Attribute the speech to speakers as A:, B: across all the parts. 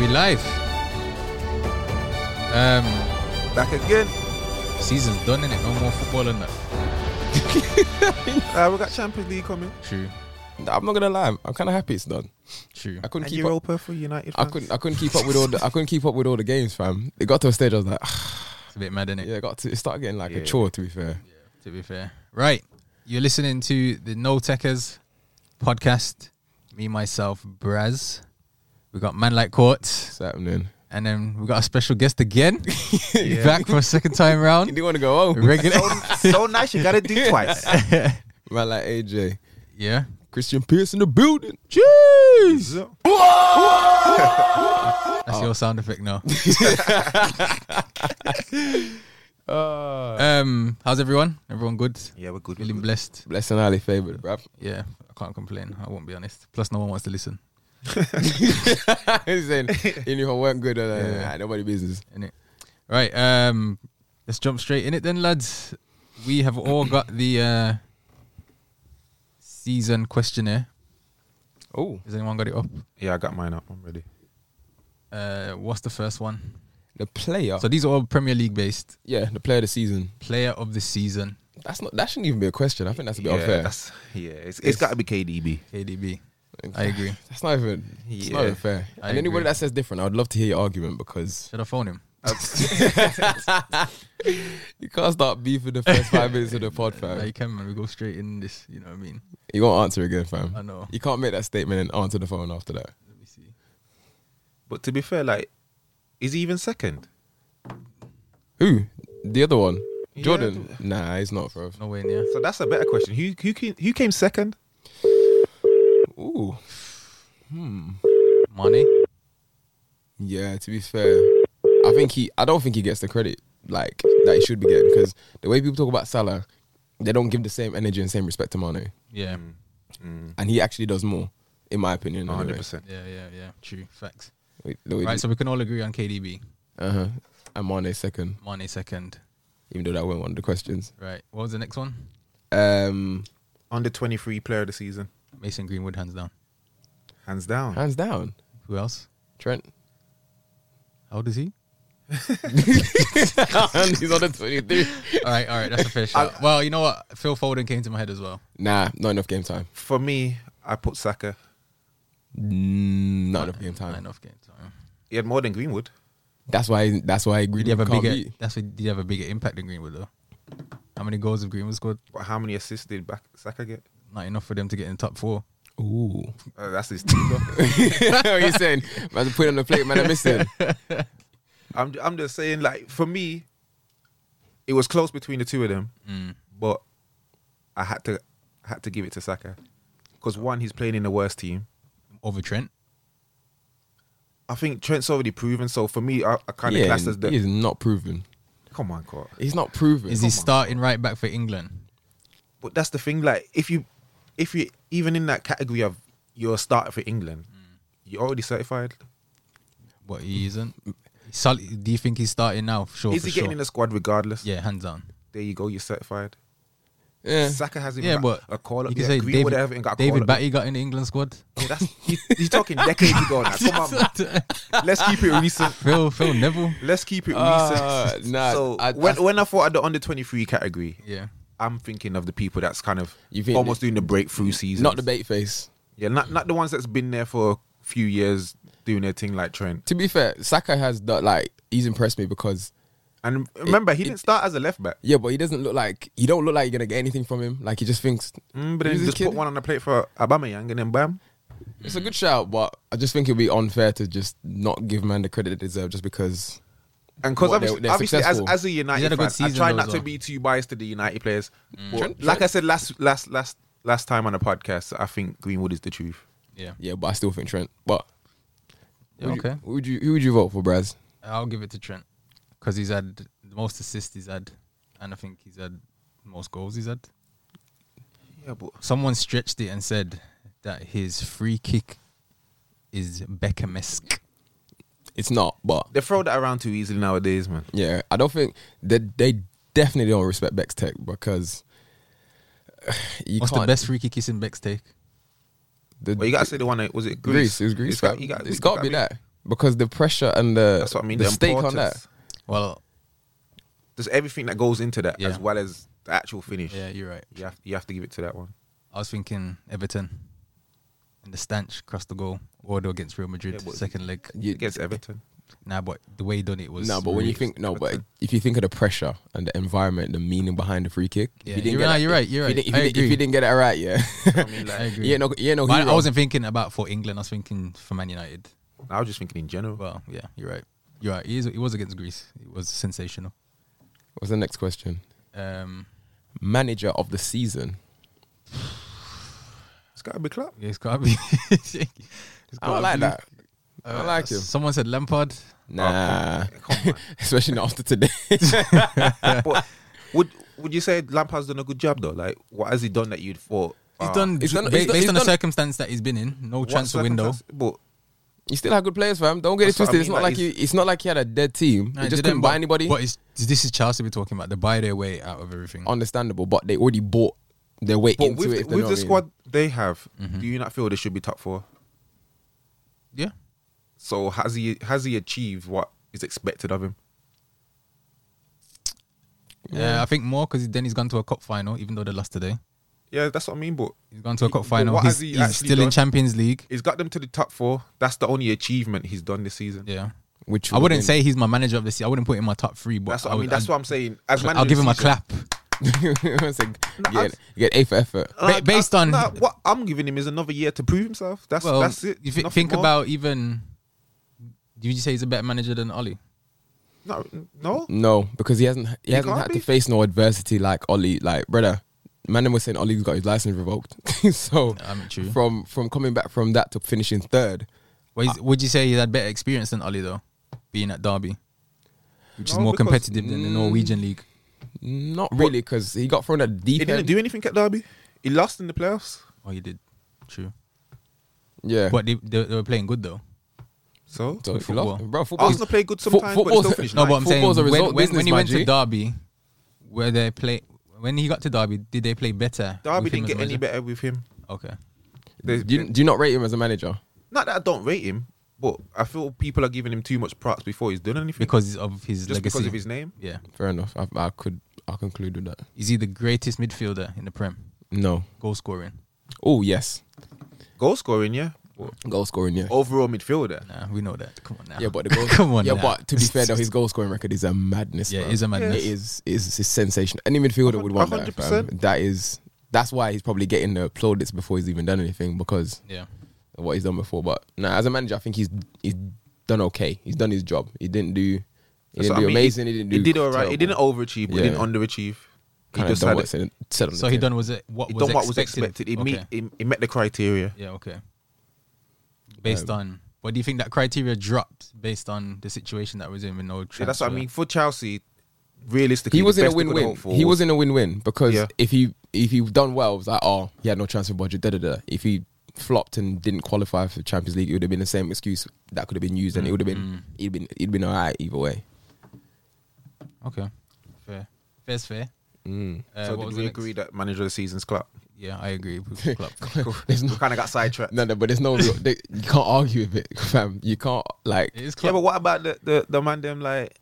A: We live. Um,
B: Back again.
A: season's done in it. No more football and that.
B: Uh, we got Champions League coming.
A: True,
C: I'm not gonna lie, I'm kind of happy it's done.
A: true.
C: I couldn't
B: And
C: keep up.
B: Europa for United.
C: I
B: Fans.
C: couldn't. I couldn't keep up with all. The, I couldn't keep up with all the games, fam. It got to a stage. I was like, "Ah,
A: It's a bit mad, innit?
C: yeah, it got to. It started getting like
B: Yeah.
C: a chore. To be fair,
A: To be fair, right? You're listening to the No Techers podcast. Me, myself, Braz. We got man like court,
C: it's happening.
A: and then we got a special guest again. Back for a second time
C: You
A: round.
C: didn't want to go home,
A: Regular.
B: So, so nice, you gotta do twice.
C: man. Like AJ,
A: Yeah.
C: Christian Pierce in the building. Jeez.
A: That's your sound effect now.
C: Uh,
A: Um, how's everyone? Everyone good?
B: yeah, we're good. We're
A: Feeling
B: good.
A: blessed?
C: blessing highly favored, bruv.
A: Yeah, I can't complain. I won't be honest. Plus, no one wants to listen.
C: He's saying uniform weren't good. Uh,
A: Yeah.
C: nah, nobody business.
A: in it. Right, um, let's jump straight in it then, lads. We have all got the uh, season questionnaire.
C: Oh,
A: Has anyone got it up?
B: Yeah, I got mine up. I'm ready.
A: Uh, what's the first one?
C: the player.
A: So these are all Premier League based.
C: yeah, the player of the season.
A: Player of the season,
C: That's not. That shouldn't even be a question. I think that's a bit
B: yeah,
C: unfair. That's,
B: That's, yeah, it's,
C: It's-
B: it's gotta be KDB.
A: KDB. I agree.
C: not even. It's not
B: Yeah.
C: even fair.
A: I
C: and anybody
A: agree.
C: that says different, I would love to hear your argument because
A: Should I phone him?
C: You can't start beefing the first five minutes of the pod,
A: No,
C: fam.
A: you can, man. We go straight in this. You know what I mean?
C: You won't answer again,
A: I
C: fam.
A: know.
C: You can't make that statement and answer the phone after that.
A: Let me see.
B: But to be fair, like, is he even second?
C: Who? The other one?
B: Yeah.
C: Jordan? Nah, he's not, bro.
A: No way near.
B: So that's a better question. Who who came, who came second?
C: Ooh.
A: Money.
C: Yeah, to be fair, I think he. I don't think he gets the credit like that he should be getting because the way people talk about Salah, they don't give the same energy and same respect to Mane,
A: Yeah.
C: Mm.
B: Mm.
C: and he actually does more, in my opinion.
B: One hundred
C: Anyway.
B: percent.
A: Yeah, yeah, yeah. True. Facts. Right,
C: Right,
A: so we can all agree on KDB.
C: uh huh. And Mane second,
A: Money second.
C: even though that wasn't one of the questions.
A: Right. What was the next one?
C: Um,
B: Under twenty three player of the season,
A: Mason Greenwood, hands down.
B: hands down.
C: hands down,
A: Who else?
C: Trent.
A: How does he?
C: and he's on the 23.
A: all right, all right, that's a fair shot. well, you know what? Phil Foden came to my head as well.
C: Nah, not enough game time.
B: For me, I put Saka.
C: Mm, Not enough game
A: Not
C: time.
A: enough game time.
B: He had more than Greenwood.
C: That's why. That's why
A: Did
C: Greenwood
A: he have a
C: can't
A: bigger?
C: beat.
A: That's what, did he have a bigger impact than Greenwood though? How many goals have Greenwood scored?
B: But how many assists did back Saka get?
A: Not enough for them to get in the top four.
C: Ooh,
B: Uh, that's his team. though.
C: what you saying? Man's put it on the plate, man. I miss him.
B: I'm I'm just saying, like for me, it was close between the two of them,
A: Mm.
B: but I had to had to give it to Saka because one, he's playing in the worst team.
A: Over Trent.
B: I think Trent's already proven. So for me, I, I kind of
C: Yeah,
B: class as
C: he
B: the
C: is not proven.
B: come on, court.
C: He's not proven.
A: Is he starting right back for England?
B: But that's the thing. Like if you if you even in that category of you're a starter for England,
A: Mm.
B: you're already certified.
A: What he isn't. Sol- do you think he's starting now? Sure. Oh,
B: Is
A: for
B: he getting
A: sure.
B: in the squad regardless?
A: Yeah, hands down.
B: There you go. You're certified.
C: Yeah.
B: Saka hasn't
A: Yeah,
B: even got
A: but
B: a call up.
A: you can
B: yet.
A: say
B: Greenwood
A: David,
B: haven't got a call
A: David
B: up
A: Batty got in the England squad.
B: Yeah, that's you, you're talking decades ago now. Come on, man. let's keep it recent.
A: Phil, Phil Neville.
B: Let's keep it recent.
C: Uh, nah,
B: so
C: I-
B: when
C: I-
B: when I thought of the under twenty three category,
A: Yeah.
B: I'm thinking of the people that's kind of
C: You think-
B: almost doing the breakthrough season.
C: Not the bait face.
B: yeah, not not the ones that's been there for a few years doing their thing like Trent.
C: To be fair, Saka has that. Like he's impressed me because
B: And remember, he didn't start as a left back,
C: yeah, but he doesn't look like you don't look like you're gonna get anything from him. Like he just thinks.
B: mm, but then he
C: Who's this
B: just
C: kid?
B: put one on the plate for Aubameyang, and then bam.
C: It's a good shout, but I just think it'd be unfair to just not give man the credit it deserves just because.
B: And because
C: What, they're-
B: obviously,
C: they're
B: obviously as,
C: successful.
B: as a
A: had a
B: United
A: good
B: fan, I
A: season
B: try
A: though
B: not
A: as
B: to
A: well.
B: be too biased to the United players. But
C: Trent-
B: like
C: Trent-
B: I said last last last last time on the podcast, I think Greenwood is the truth.
A: Yeah.
C: Yeah, but I still think Trent. But
A: Yeah,
C: would you-
A: okay.
C: who would you who would you vote for, Braz?
A: I'll give it to Trent because he's had the most assists he's had, and I think he's had most goals he's had.
B: Yeah, but
A: Someone stretched it and said that his free kick is Beckham-esque.
C: It's not, but
B: They throw that around too easily nowadays, man.
C: yeah, I don't think that they definitely don't respect Beck's tech because you
A: What's
C: can't.
A: the best free kick he's in Beck's take?
C: the-
B: But you gotta say the one that was it Greece?
C: Greece. It was Greece.
B: It's got,
C: fam.
B: you got,
C: it's got to be that. because the pressure and the
B: That's what I mean.
C: The,
B: The,
C: stake on that.
B: importance.
A: Well,
B: There's everything that goes into that,
A: Yeah.
B: as well as the actual finish.
A: yeah, you're right.
B: You have you have to give it to that one.
A: I was thinking Everton and the stench across the goal. Wardo against Real Madrid,
B: Yeah, but-
A: second leg.
C: You-
B: Against Everton,
A: Nah, but the way he done it was.
C: no, but when you
A: really-
C: think no, but if you think of the pressure and the environment, the meaning behind the free kick,
A: Yeah,
C: if you didn't
A: you're
C: get
A: right,
C: that-
A: you're right, you're
C: if
A: right.
C: You didn't,
A: I
C: if, you did,
A: agree.
C: if you didn't get it right, yeah,
B: I mean, like,
A: I agree.
C: yeah, no, yeah, no.
A: But I
C: hero.
A: wasn't thinking about for England. I was thinking for Man United.
B: I was just thinking in general.
A: Well, yeah, you're right. You're right. He, is, he was against Greece. It was sensational.
C: What's the next question?
A: Um,
C: Manager of the season.
B: It's got to be Klopp.
A: it's gotta be. it's
C: I
A: gotta
C: don't like
A: be- uh,
C: that. I don't like him.
A: Someone said Lampard.
C: Nah,
B: Oh, Come
C: especially not after today.
B: on. but would would you say Lampard's done a good job though? Like, what has he done that you'd thought?
A: He's
B: ah,
A: done,
C: he's done-
A: ba-
C: he's done-
A: based
C: he's
A: on the
C: done-
A: circumstance that he's been in. No
B: what
A: transfer window.
B: circumstance- But
C: You still have good players, fam. Don't get
B: That's
C: it
B: what I
C: twisted. it's
B: mean,
C: not
B: like,
C: like you. It's not like he had a dead team.
A: Nah,
C: he just
A: didn't,
C: couldn't buy
A: but-
C: anybody.
A: But it's, this is Chelsea we're talking about. They buy their way out of everything.
C: Understandable, but they already bought their way
B: but
C: into
B: with
C: it.
B: the,
C: if they know
B: with
C: what I
B: the
C: mean.
B: squad they have,
A: Mm-hmm.
B: do you not feel they should be top four?
A: yeah.
B: So has he has he achieved what is expected of him?
A: Yeah, Uh, I think more because then he's gone to a cup final, even though they lost today.
B: Yeah, that's what I mean. But
A: He's gone to a
B: He-
A: cup
B: but
A: final.
B: what
A: He's,
B: has he
A: he's
B: actually
A: still in
B: done?
A: Champions League.
B: he's got them to the top four. That's the only achievement he's done this season.
A: Yeah.
C: which
A: I
C: would
A: wouldn't
C: have
A: say he's my manager of the season. I wouldn't put him in my top three, but
B: That's what I,
A: would-
B: mean. That's
A: I'd-
B: what I'm saying. As
A: I'll give him a
B: manager of
A: clap.
C: been- It's like, you, get, you get A for effort.
B: the
A: Ba-
B: season-
A: based on-
B: no, what I'm giving him is another year to prove himself. That's
A: Well,
B: that's it.
A: you thi-
B: Nothing
A: think
B: more.
A: about even. Did you say he's a better manager than Ollie?
B: no, no.
C: No, because he hasn't. He, hasn't
B: can't
C: had
B: be.
C: to face no adversity like Ollie. Like brother, man, them was saying Ollie's got his license revoked. so
A: I mean, true.
C: from from coming back from that to finishing third,
A: Well, he's- would you say he had better experience than Ollie though, being at Derby, which is
B: No,
A: more
B: because- mm.
A: competitive than the Norwegian league?
C: not really because he got thrown at deep
B: He didn't
C: end.
B: do anything at Derby. He lost in the playoffs.
A: Oh, he did. True,
C: yeah,
A: but they, they, they were playing good though.
B: So,
C: so if you
A: football.
C: lost,
B: Oh,
C: bro, football.
B: Arsenal play good
C: Fo-
B: sometimes, but they
C: football's-
B: still finished
A: No, but
B: ninth.
A: I'm saying
C: Football's a
A: when,
C: result
A: when, when
C: business,
A: he
C: my
A: went to
C: G.
A: Derby, where they play when he got to Derby, did they play better?
B: Derby
A: with him
B: didn't
A: as
B: get
A: a
B: any
A: manager?
B: better with him.
A: Okay,
B: They-
C: Do you, do you not rate him as a manager?
B: Not that I don't rate him, but I feel people are giving him too much props before he's done anything.
A: because of his
B: just
A: legacy.
B: because of his name.
A: yeah,
C: Fair enough. I, I could. I conclude with that.
A: is he the greatest midfielder in the Prem?
C: No.
A: Goal scoring?
C: Oh yes,
B: Goal scoring, yeah. But
C: goal scoring. Yeah.
B: overall midfielder.
A: Nah, we know that. Come on now.
C: Yeah, but the goal.
A: Oh. Come on
C: Yeah,
A: now.
C: but to be fair though, his goal scoring record is a madness.
A: Yeah, it
C: bro.
A: is a madness.
C: It is is is sensational. Any midfielder would want that. fam.
B: 100%.
C: That is that's why he's probably getting the plaudits before he's even done anything because
A: yeah.
C: of what he's done before. But nah, as a manager, I think he's he's done okay. He's done his job. He didn't do he
B: That's
C: didn't
B: what
C: do
B: I mean.
C: amazing. He didn't do.
B: He did all right.
C: terrible.
B: He didn't overachieve, but
C: Yeah.
B: he didn't underachieve. He
C: Kinda
B: just
C: done
B: had
C: what's
B: it.
C: in- said on the
A: So he
C: tin.
A: done was it what
B: He
A: was
B: done what was
A: expected?
B: expected. He,
A: okay.
B: meet, he, he met the criteria.
A: Yeah, okay. Based
B: Um,
A: on what do you think that criteria dropped based on the situation that was in with no transfer?
B: Yeah, that's what I mean. For Chelsea, realistically,
C: He was
B: the
C: in a
B: best they could
C: win-win.
B: hope for
C: He
B: was-
C: was in a win-win because
B: Yeah.
C: if he if he done well, it was like oh he had no transfer budget. Da da da. If he flopped and didn't qualify for Champions League, it would have been the same excuse that could have been used, and it would have
B: Mm.
C: been it'd been it'd been alright either way.
A: Okay. Fair. Fair's fair.
C: Mm.
A: Uh,
B: so
A: what was
B: did we
A: the next-
B: agree that manager of the season's club?
A: Yeah, I agree with Klopp.
C: There's
B: We
C: no,
B: kind of got sidetracked.
C: no, no, but there's no. Real, they, you can't argue with it, fam. You can't like
A: It is
B: Yeah,
A: Klopp.
B: but what about the the, the man them like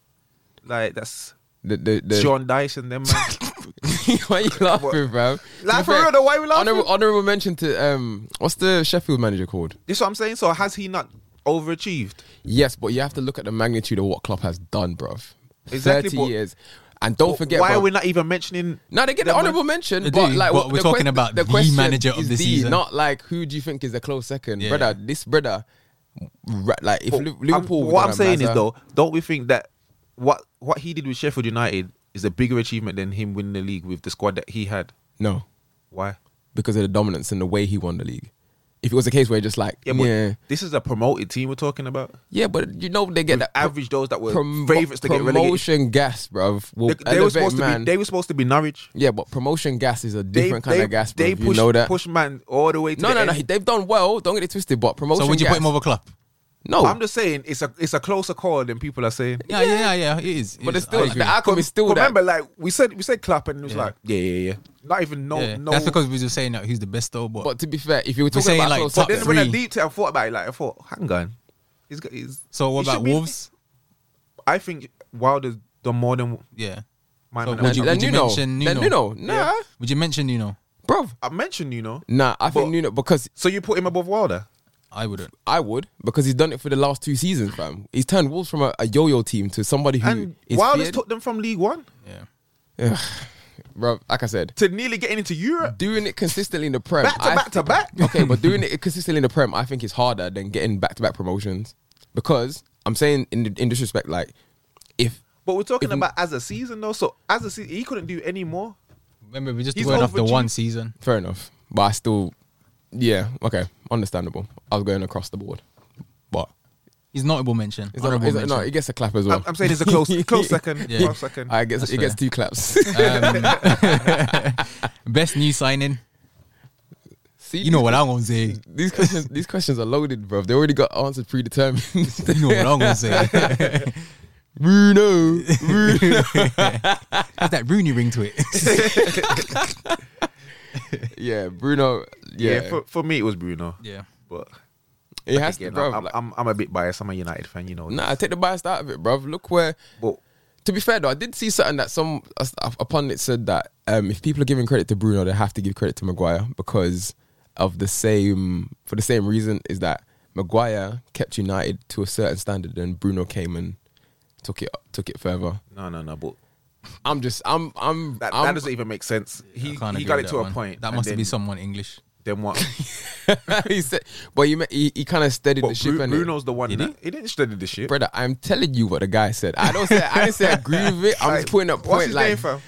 B: like that's
C: the the. the
B: Sean Dyche and them man?
C: why you laughing, fam?
B: Like, for real though, why we laughing?
C: Honorable, honorable mention to um, what's the Sheffield manager called?
B: This is what I'm saying. So has he not overachieved?
C: Yes, but you have to look at the magnitude of what Klopp has done, bruv.
B: Exactly,
C: Thirty
B: but-
C: years, and don't forget.
B: Why
C: Why
B: are we not even mentioning?
C: no, they get
B: They
C: the honourable mention,
A: They
C: but
A: do,
C: like
A: but
C: what-
A: we're
C: the
A: talking
C: quest-
A: about the
C: question
A: manager of
C: is
A: the
C: the,
A: season.
C: not like who do you think is a close second,
A: Yeah.
C: brother. This brother, right, like if
B: But
C: Liv-
B: I'm-
C: Liverpool, would
B: what I'm
C: have
B: saying is
C: Mazza-
B: though, don't we think that what what he did with Sheffield United is a bigger achievement than him winning the league with the squad that he had?
C: no,
B: Why?
C: because of the dominance and the way he won the league. If it was a case where just like
B: Yeah,
C: yeah,
B: but
C: yeah,
B: this is a promoted team we're talking about.
C: but you know they get that
B: Average those that were
C: prom-
B: favorites to get relegated.
C: promotion gas, bruv. Will
B: They, they were
C: elevate
B: supposed to
C: man.
B: be. They were supposed to be Norwich.
C: yeah, but promotion gas is a
B: They,
C: different
B: they,
C: kind of gas.
B: They
C: bruv.
B: pushed,
C: you know that.
B: pushed man all the way to
C: No,
B: the
C: no,
B: end.
C: no. he- They've done well. Don't get it twisted. But promotion.
A: So would you
C: gas,
A: put him over Klopp?
C: No.
B: I'm just saying it's a it's a closer call than people are saying.
A: Yeah, yeah, yeah, yeah. It is. It
C: but
A: is.
C: it's
A: I
C: still
A: agree.
C: the outcome is still
B: But
C: that.
B: remember, like we said, we said clap, and it was
A: Yeah.
B: like, yeah, yeah, yeah. Not even no,
A: Yeah.
B: no.
A: That's because we were just saying that he's the best though. But,
C: But to be fair, if you were
A: saying,
C: talking about
A: like,
C: close
A: top
B: then
C: second-
B: when I
A: three.
B: deep I thought about it, like I thought, hang on, He's got. He's,
A: So what
B: He should
A: about
B: be-
A: Wolves?
B: I think Wilder's done more than
A: Yeah.
B: my
A: So
B: man.
A: would
B: Would
A: you-
C: Then
A: you
C: Nuno.
A: mention
C: Then
A: Nuno?
C: Nuno. Nah,
B: Yeah.
A: Would you mention Nuno?
C: bruv.
B: I mentioned you know.
C: Nah, I think
B: But-
C: Nuno because
B: So you put him above Wilder.
A: I wouldn't.
C: I would because he's done it for the last two seasons, fam. He's turned Wolves from a, a yo-yo team to somebody who
B: And
C: is
B: Wilder's
C: feared.
B: took them from League One
A: Yeah.
C: Bruv, like I said,
B: to nearly getting into Europe.
C: doing it consistently in the prem.
B: Back to
C: I-
B: back to back.
C: okay, but doing it consistently in the prem, I think is harder than getting back-to-back promotions because I'm saying in in disrespect, like if
B: But we're talking
C: If-
B: about as a season though. So as a season, he couldn't do any more.
A: Remember, we're just
B: He's
A: going off the
B: overdue.
A: one season.
C: fair enough, but I still, yeah, okay, understandable. I was going across the board, but
A: He's notable mention.
C: it's not,
A: honorable
C: it's not-
A: mention.
C: no, it gets a clap as well.
B: I'm, I'm saying it's a close, close second.
A: Yeah.
B: Close second.
C: I guess
A: That's
C: it gets
A: fair.
C: two claps.
A: Best new signing.
C: See,
A: You know what I'm gonna say.
C: These questions, these questions are loaded, bruv. They already got answers predetermined.
A: You know what I'm gonna say.
C: Bruno, Bruno.
A: Has that Rooney ring to it?
C: yeah, Bruno.
B: yeah.
C: Yeah,
B: for, for me, it was Bruno.
A: yeah.
B: But
C: it has
B: again,
C: to, bruv.
B: I'm,
C: like-
B: I'm, I'm a bit biased. I'm a United fan, you know.
C: nah, take the bias out of it, bruv. Look where.
B: But
C: To be fair though, I did see something that some a, a pundit said that um, if people are giving credit to Bruno, they have to give credit to Maguire because of the same for the same reason is that Maguire kept United to a certain standard, and Bruno came and took it took it further.
B: no, no, no. But
C: I'm just I'm I'm
B: that, that
C: I'm
B: doesn't even make sense.
A: I
B: He,
A: can't
B: he
A: agree
B: got
A: with
B: it
A: that
B: to a
A: one.
B: point.
A: That
B: and
A: must
B: then,
A: be someone English.
B: Then what?
C: he said, but he ma- he, he kind of steadied
B: But
C: the ship.
B: Bru-
C: innit?
B: Bruno's the one.
C: Did
B: that, he didn't study the shit.
C: brother. I'm telling you what the guy said. I don't say I didn't say I agree with it. I'm just putting up
B: What's
C: point
B: his
C: like
B: name, fam?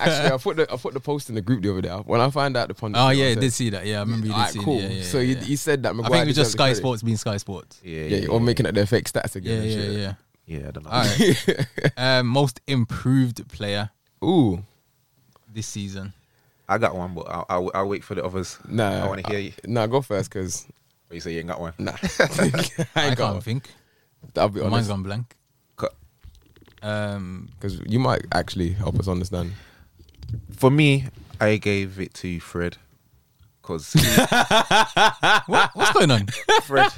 C: actually I put the I put the post in the group the other day. When I find out the pundit,
A: Oh
C: you know
A: yeah,
C: what
A: I
C: I'm
A: did
C: saying?
A: see that. Yeah, I remember you did
C: Alright,
A: see. it.
C: cool.
A: Yeah, yeah,
C: so
A: yeah.
C: He, he said that
A: I
C: Maguire.
A: think it was just
C: deserved the
A: Sky
C: credit.
A: Sports being Sky Sports. Yeah,
C: Yeah, or making up their fake stats again.
A: yeah,
C: and
A: yeah.
C: shit.
A: yeah.
B: Yeah, I don't know.
A: All right. um, most improved player
C: Ooh,
A: this season.
B: I got one, but I'll, I'll, I'll wait for the others.
C: nah.
B: I want to hear you.
C: Nah, go first, cause
B: But you say you ain't got one.
C: nah. I,
A: I,
C: ain't got
A: can't
C: one.
A: think.
C: I'll be
A: Mine's
C: honest,
A: gone blank.
B: Co-
A: Um,
C: because you might actually help us understand.
B: For me, I gave it to Fred. Because
A: what, what's going on?
B: Fred.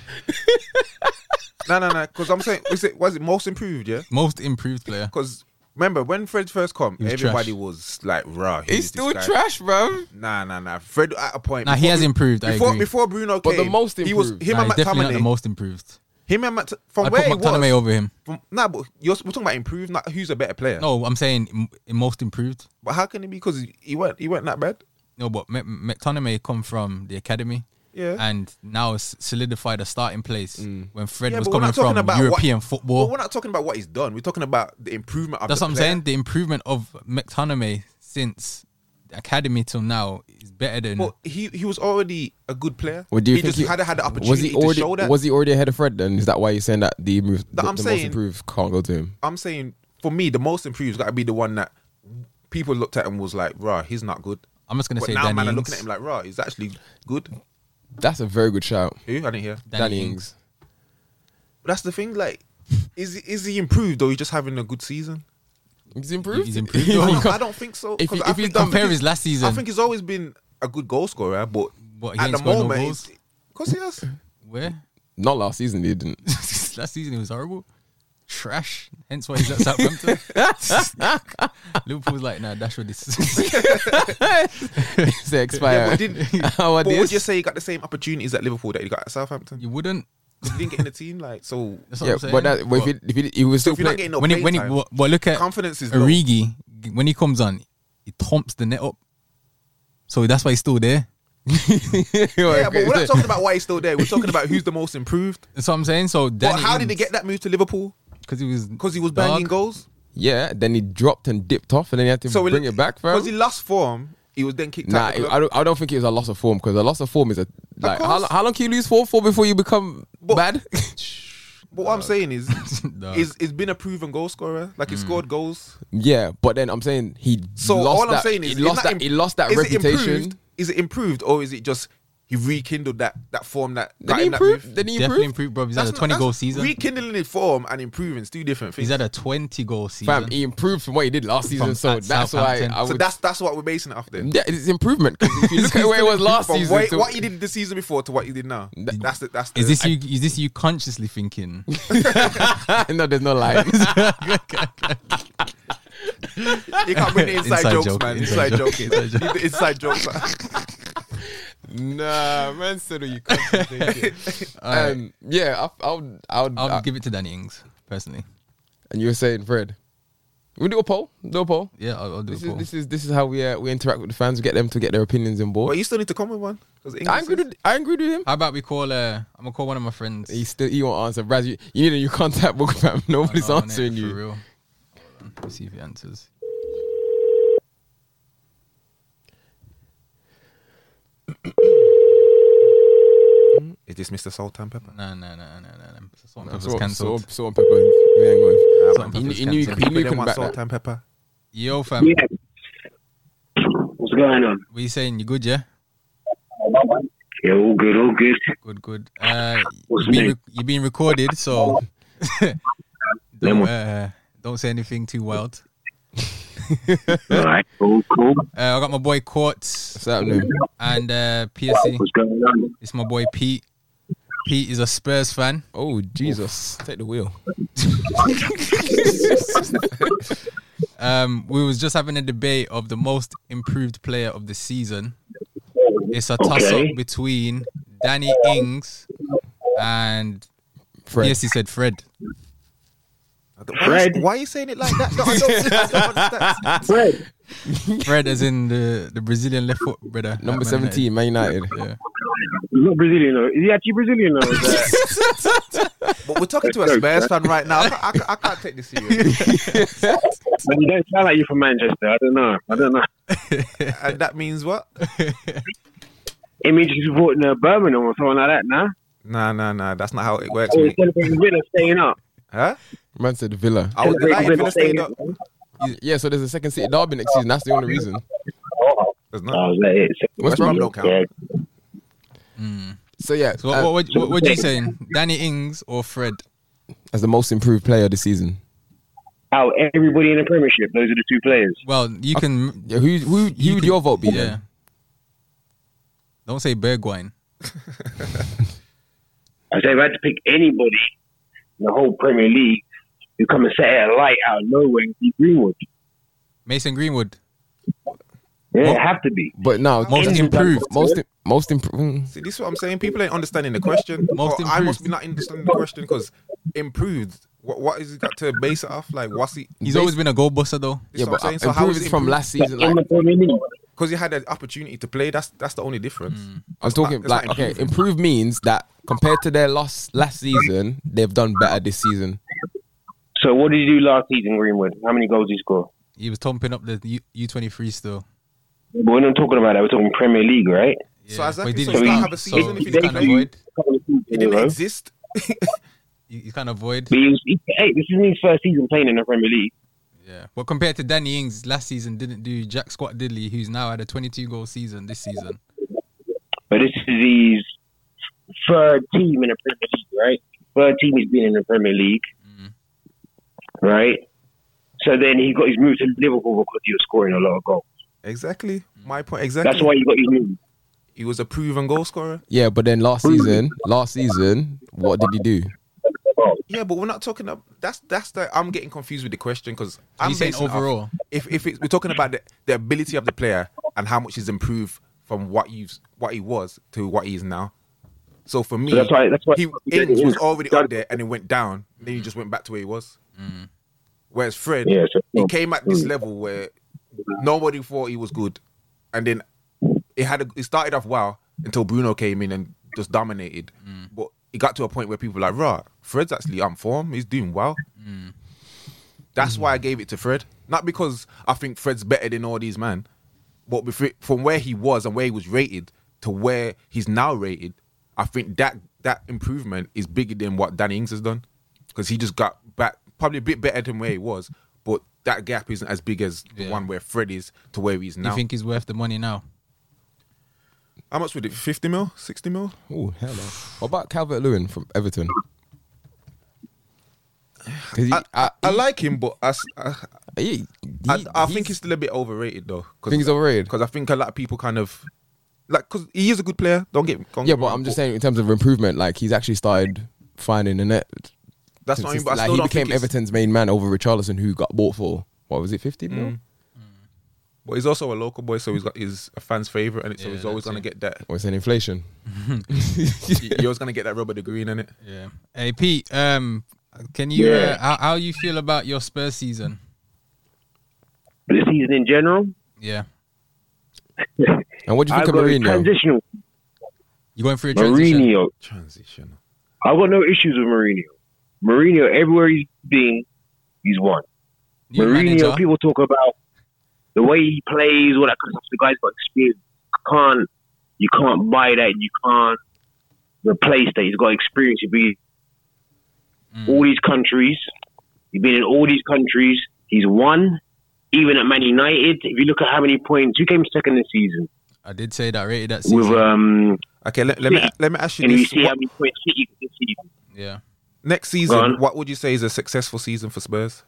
B: no, no, no. Because I'm saying, was it, was it most improved, yeah?
A: Most improved player.
B: Because remember, when Fred first come,
A: was
B: everybody
A: trash.
B: was like, rah. who
C: He's
B: is this
C: still
B: guy?"
C: trash, bro.
B: Nah, nah, nah. Fred at a point.
A: Nah, he
B: before
A: has
B: Bru-
A: improved, I
B: Before,
A: agree.
B: before Bruno
C: But
B: came,
C: the most
B: he was
C: improved.
B: him
A: Nah,
B: and
A: he's definitely not
B: McTominay.
A: the most improved.
B: him and Matt, from
A: I'd put
B: where he
A: McTominay
B: was.
A: over him.
B: From, nah, but you're, we're talking about improved. Not who's a better player.
A: No, I'm saying m- most improved.
B: but how can it be? Because he, he weren't he weren't that bad.
A: No, but M- McTominay come from the academy.
B: Yeah. Mm.
A: And now it's solidified a starting place when Fred
B: Yeah,
A: was
B: but we're
A: coming
B: not talking
A: from
B: about
A: European
B: what,
A: football.
B: But we're not talking about what he's done. We're talking about the improvement of.
A: That's
B: the
A: what I'm
B: player.
A: saying. The improvement of McTominay since the academy till now is better than.
B: But he he was already a good player.
C: Well, do you
B: he
C: think
B: just
C: he-
B: had had the opportunity
C: Was he
B: to
C: already
B: show that?
C: was he already ahead of Fred? Then is that why you're saying that the move the,
B: I'm
C: the most
B: saying-
C: improved can't go to him?
B: I'm saying for me, the most improved got to be the one that people looked at and was like, "Rah, he's not good."
A: I'm just gonna
B: But
A: say
B: now,
A: Danny
B: man, are
A: Ings.
B: looking at him like, "Rah, he's actually good."
C: That's a very good shout,
B: Who I didn't hear.
A: Danny
C: Danny,
A: Ings.
C: Ings.
B: But that's the thing. Like, is he- is he improved or he's just having a good season?
C: He's improved.
A: He's improved.
B: I
C: If he
B: don't, I
C: can't-
B: don't think so.
C: if
B: 'cause
C: you-
B: I
C: if you
B: think-
A: compare
B: I think-
A: his last season-
B: I think he's always been a good goal scorer, but
A: What, he
B: at
A: ain't
B: the
A: scored no
B: moment,
A: goals?
B: because he has.
A: Where?
C: Not last season, he didn't.
A: last season he was horrible. Trash. Hence why he's at Southampton. Liverpool's like, nah, that's what this is.
C: they
B: Yeah,
C: expire.
B: but didn't,
C: How are
B: but would
C: this?
B: you say he got the same opportunities at Liverpool that he got at Southampton?
A: you wouldn't.
B: Because he didn't get in the team, like so.
A: That's what
C: yeah,
A: I'm saying.
C: but that, well, if he, if he, he was
B: So
C: still
B: if you're not getting
C: playing,
B: no
A: when
B: play
A: he, when he,
B: time,
A: well, well, look at
B: confidence is low.
A: Origi, when he comes on, he thumps the net up. So that's why he's still there.
B: Yeah, but we're not talking about why he's still there. We're talking about who's the most improved.
A: That's what I'm saying. So
B: But
A: Danny
B: how did he get that move to Liverpool?
A: Because he was
B: Because he was banging
A: Dog.
B: goals.
C: yeah, then he dropped and dipped off, and then he had to
B: So
C: bring it back, fam.
B: Because he lost form, he was then kicked
C: Nah,
B: out. of the club.
C: I don't. I don't think it was a loss of form because a loss of form is a like how,
B: course.
C: how long can you lose form for before you become
B: But-
C: bad?
B: but what I'm saying is,
A: Dog.
B: is he's been a proven goal scorer. Like he scored goals.
C: yeah, but then I'm saying he
B: So
C: lost
B: all
C: that,
B: I'm saying is
C: he lost
B: it's not
C: that
B: im-
C: he lost that
B: is it
C: reputation.
B: improved? Is it improved or is it just He rekindled that that form that
C: Did
B: got
C: he
B: him that
C: improve?
B: move.
C: Did he
A: Definitely
C: improve?
A: improved, bro. He's had a
B: That's not-
A: 20 goal
B: that's-
A: season.
B: Rekindling his form and improving is two different things.
A: He's had a 20 goal season.
C: Fam, he improved from what he did last season,
A: From
C: so
A: at
C: that's why
A: Southampton.
C: I would.
B: so that's that's what we're basing it off then.
C: yeah, it's improvement. 'cause if you look at where it was last
B: From
C: season,
B: what,
C: to-
B: what you did the season before to what you did now. That's the that's the,
A: Is this you? Is this you consciously thinking?
C: no, there's no lie.
B: you can't bring the inside,
A: Inside
B: jokes,
A: joke,
B: man.
A: inside
B: Inside,
A: joke,
B: jokes.
A: inside
B: Leave the inside jokes. out.
C: Nah, man, said you concentrated. um, yeah, I, I would, I would,
A: I'll
C: I-
A: give it to Danny Ings personally.
C: and you were saying, Fred, we do a poll, do a poll.
A: Yeah, I'll, I'll do
C: This
A: it.
C: is,
A: Paul.
C: this is this is how we uh, we interact with the fans. We get them to get their opinions on
B: But
C: board.
B: you still need to come with one. 'cause England
C: I agree.
B: says-
C: With, I agree with him.
A: How about we call? Uh, I'm gonna call one of my friends.
C: He still he won't answer. Braz, you, you need a new contact book, fam.
A: I know,
C: Nobody's
A: innit,
C: answering
A: For
C: you.
A: real. Hold on, see if he answers.
B: Is this Mr. Salt and Pepper?
A: No, no, no, no, no, no. Salt and
C: Nah,
A: Pepper's
C: Salt
A: cancelled.
C: salt- salt and pepper. We ain't going.
B: Nah,
A: Salt
B: man.
A: and
C: He,
A: Pepper's
C: he knew he
A: cancelled.
C: he
B: People
C: knew he
B: don't
C: couldn't
B: want
C: E back
B: salt
C: that.
B: and pepper.
A: Yo, fam.
D: Yeah. What's going on?
A: What you saying? You good, yeah?
D: Yeah, all good, all good.
A: Good, good. Uh,
D: What's
A: you're, being
D: me?
A: re- you're being recorded, so don't,
D: Lemon.
A: uh, don't say anything too wild.
D: all right, cool, cool.
A: Uh, I got my boy Quartz
C: What's happening?
A: and uh, PSC.
D: What's going on?
A: It's my boy Pete. Pete is a Spurs fan.
C: Oh Jesus! Take the wheel.
A: Um, we was just having a debate of the most improved player of the season. It's a toss up
D: Okay.
A: between Danny Ings and
C: Fred.
A: yes, he said Fred.
B: Why,
D: Fred.
B: Why are you saying it like that? No, I don't, I don't understand.
D: Fred,
A: Fred as in the, the Brazilian left foot brother. That man
C: Number seventeen, Man United.
A: had- Yeah.
D: he's not Brazilian, though. Is he actually Brazilian, though? Is that-
B: But we're talking to a Spurs fan right now. I, can't- I, can't- I can't take this seriously.
D: Man, you don't sound like you're from Manchester. I don't know. I don't know.
B: and that means what?
D: It means you're supporting uh, Birmingham or something like that, nah?
B: Nah, nah, nah. That's not how it works,
D: Or you're
B: mate.
D: celebrating Villa staying up.
B: Huh?
C: Man said Villa.
B: I was
D: Celebrating
B: delighted Villa stayed up.
D: man.
C: Yeah, so there's a second city derby next season. That's the only reason.
D: Oh,
B: There's
D: I
B: not.
D: was like, it's-
C: West
B: Brom don't count.
D: Yeah.
C: So yeah,
A: So what,
C: uh,
A: what, what, what, what you saying? Danny Ings or Fred?
C: as the most improved player this season.
D: Out everybody in the Premiership. Those are the two players.
A: Well, you can
C: Yeah, who who who would your vote be?
A: yeah.
C: then?
A: Don't say Bergwijn.
D: I say if I had to pick anybody in the whole Premier League who come and set it alight out of nowhere, it'd be Greenwood.
A: Mason Greenwood.
D: Yeah,
A: Well-
D: it have to be.
C: But no,
A: Most
D: Ings is
A: improved.
D: unbelievable.
C: most most mm. improved.
B: See, this is what I'm saying. People ain't understanding the question.
A: Most
B: Or I must
A: improved.
B: be not understanding the question because improved. What, what has he got to base it off? Like, what's he?
A: He's always been a goal buster though.
B: This
C: Yeah,
B: is what
C: but
B: I'm saying. So how
C: improved
B: is it
C: from
B: improved?
C: last season. Like
D: in the Premier League.
B: because he had an opportunity to play. That's that's the only difference.
C: I'm talking,
B: not- it's
C: like
B: not
C: okay,
B: improved.
C: improved means that compared to their loss last season, they've done better this season.
D: So what did he do last season, Greenwood? How many goals did he score?
A: He was thumping up the U twenty three still.
D: But we're not talking about that. We're talking Premier League, right?
A: Yeah.
B: So exactly,
A: But he
B: so
A: didn't
D: he's
A: start,
D: not have
B: a
A: so
B: season if he's
A: you can't
B: not playing.
A: avoid.
D: Couple of seasons
B: He didn't
D: ago.
B: exist.
A: You, you can't avoid.
D: But he was, he, hey, this is his first season playing in the Premier League.
A: Yeah. But compared to Danny Ings, last season didn't do jack squat diddly. Who's now had a twenty two goal season this season.
D: But this is his third team in the Premier League, right? Third team he's been in the Premier League, right? So then he got his move to Liverpool because he was scoring a lot of goals.
B: Exactly. My point. Exactly.
D: That's why he got his move.
B: he was a proven goal scorer.
C: Yeah, but then last season, last season, what did he do?
B: Yeah, but we're not talking about that's that's the I'm getting confused with the question because
A: Are
B: I'm
A: you saying
B: basing it off-
A: overall?
B: if if it's, we're talking about the, the ability of the player and how much he's improved from what you what he was to what he is now. So for me,
D: So that's why- that's why-
B: he Ings was already up there and it went down. Then he just went back to where he was. Whereas Fred,
D: Yeah, so-
B: he came at this level where nobody thought he was good, and then it had a, it started off well until Bruno came in and just dominated. But it got to a point where people were like, "Right, Fred's actually on form. He's doing well." That's why I gave it to Fred. Not because I think Fred's better than all these men, but bef- from where he was and where he was rated to where he's now rated, I think that that improvement is bigger than what Danny Ings has done because he just got back probably a bit better than where he was, but that gap isn't as big as the
A: Yeah.
B: one where Fred is to where he's
A: Do
B: now.
A: you think he's worth the money now?
B: How much would it? Fifty mil, sixty mil?
C: Oh, hell no. What about Calvert Lewin from Everton? 'Cause he-
B: I, I, I
C: he-
B: like him, but I, s- I-
C: he- he-
B: I, I think he's
C: he's-
B: still a bit overrated though. Cause,
C: Think he's overrated?
B: because I think a lot of people kind of like because he is a good player. Don't get don't
C: yeah,
B: get me
C: but
B: wrong,
C: I'm just saying in terms of improvement, like he's actually started finding the net.
B: that's not. I mean, but I
C: like
B: still
C: he
B: don't
C: became
B: think it's-
C: Everton's main man over Richarlison, who got bought for what was it, fifty mil?
B: Mm. But he's also a local boy, so he's got he's a fan's favorite, and it, so
A: Yeah,
B: he's always
A: that's
B: gonna
A: it.
B: get that.
C: Or it's an inflation.
B: you- You're always gonna get that rubber the green in it.
A: Yeah. Hey Pete, um, can you
D: Yeah.
A: uh, how how you feel about your Spurs season?
D: But the season in general,
A: Yeah,
C: And what do you
D: I
C: think of
D: got a
C: Mourinho?
D: transitional
A: you going through a transition?
D: Mourinho.
B: Transition.
D: I got no issues with Mourinho. Mourinho, everywhere he's been, he's won.
A: New
D: Mourinho,
A: manager.
D: people talk about the way he plays, all that kind of stuff. The guy's got experience. Can't you can't buy that? You can't replace that. He's got experience. He's been
A: Mm.
D: all these countries. He's been in all these countries. He's won. Even at Man United, if you look at how many points, who came second this season
A: I did say that rated that season.
D: with um,
B: Okay, let, let me
D: Yeah.
B: let me ask you
D: and you
B: this:
D: see how
B: What-
D: many points City got this season.
A: yeah,
B: next
D: Go
B: season,
D: on.
B: what would you say is a successful season for Spurs?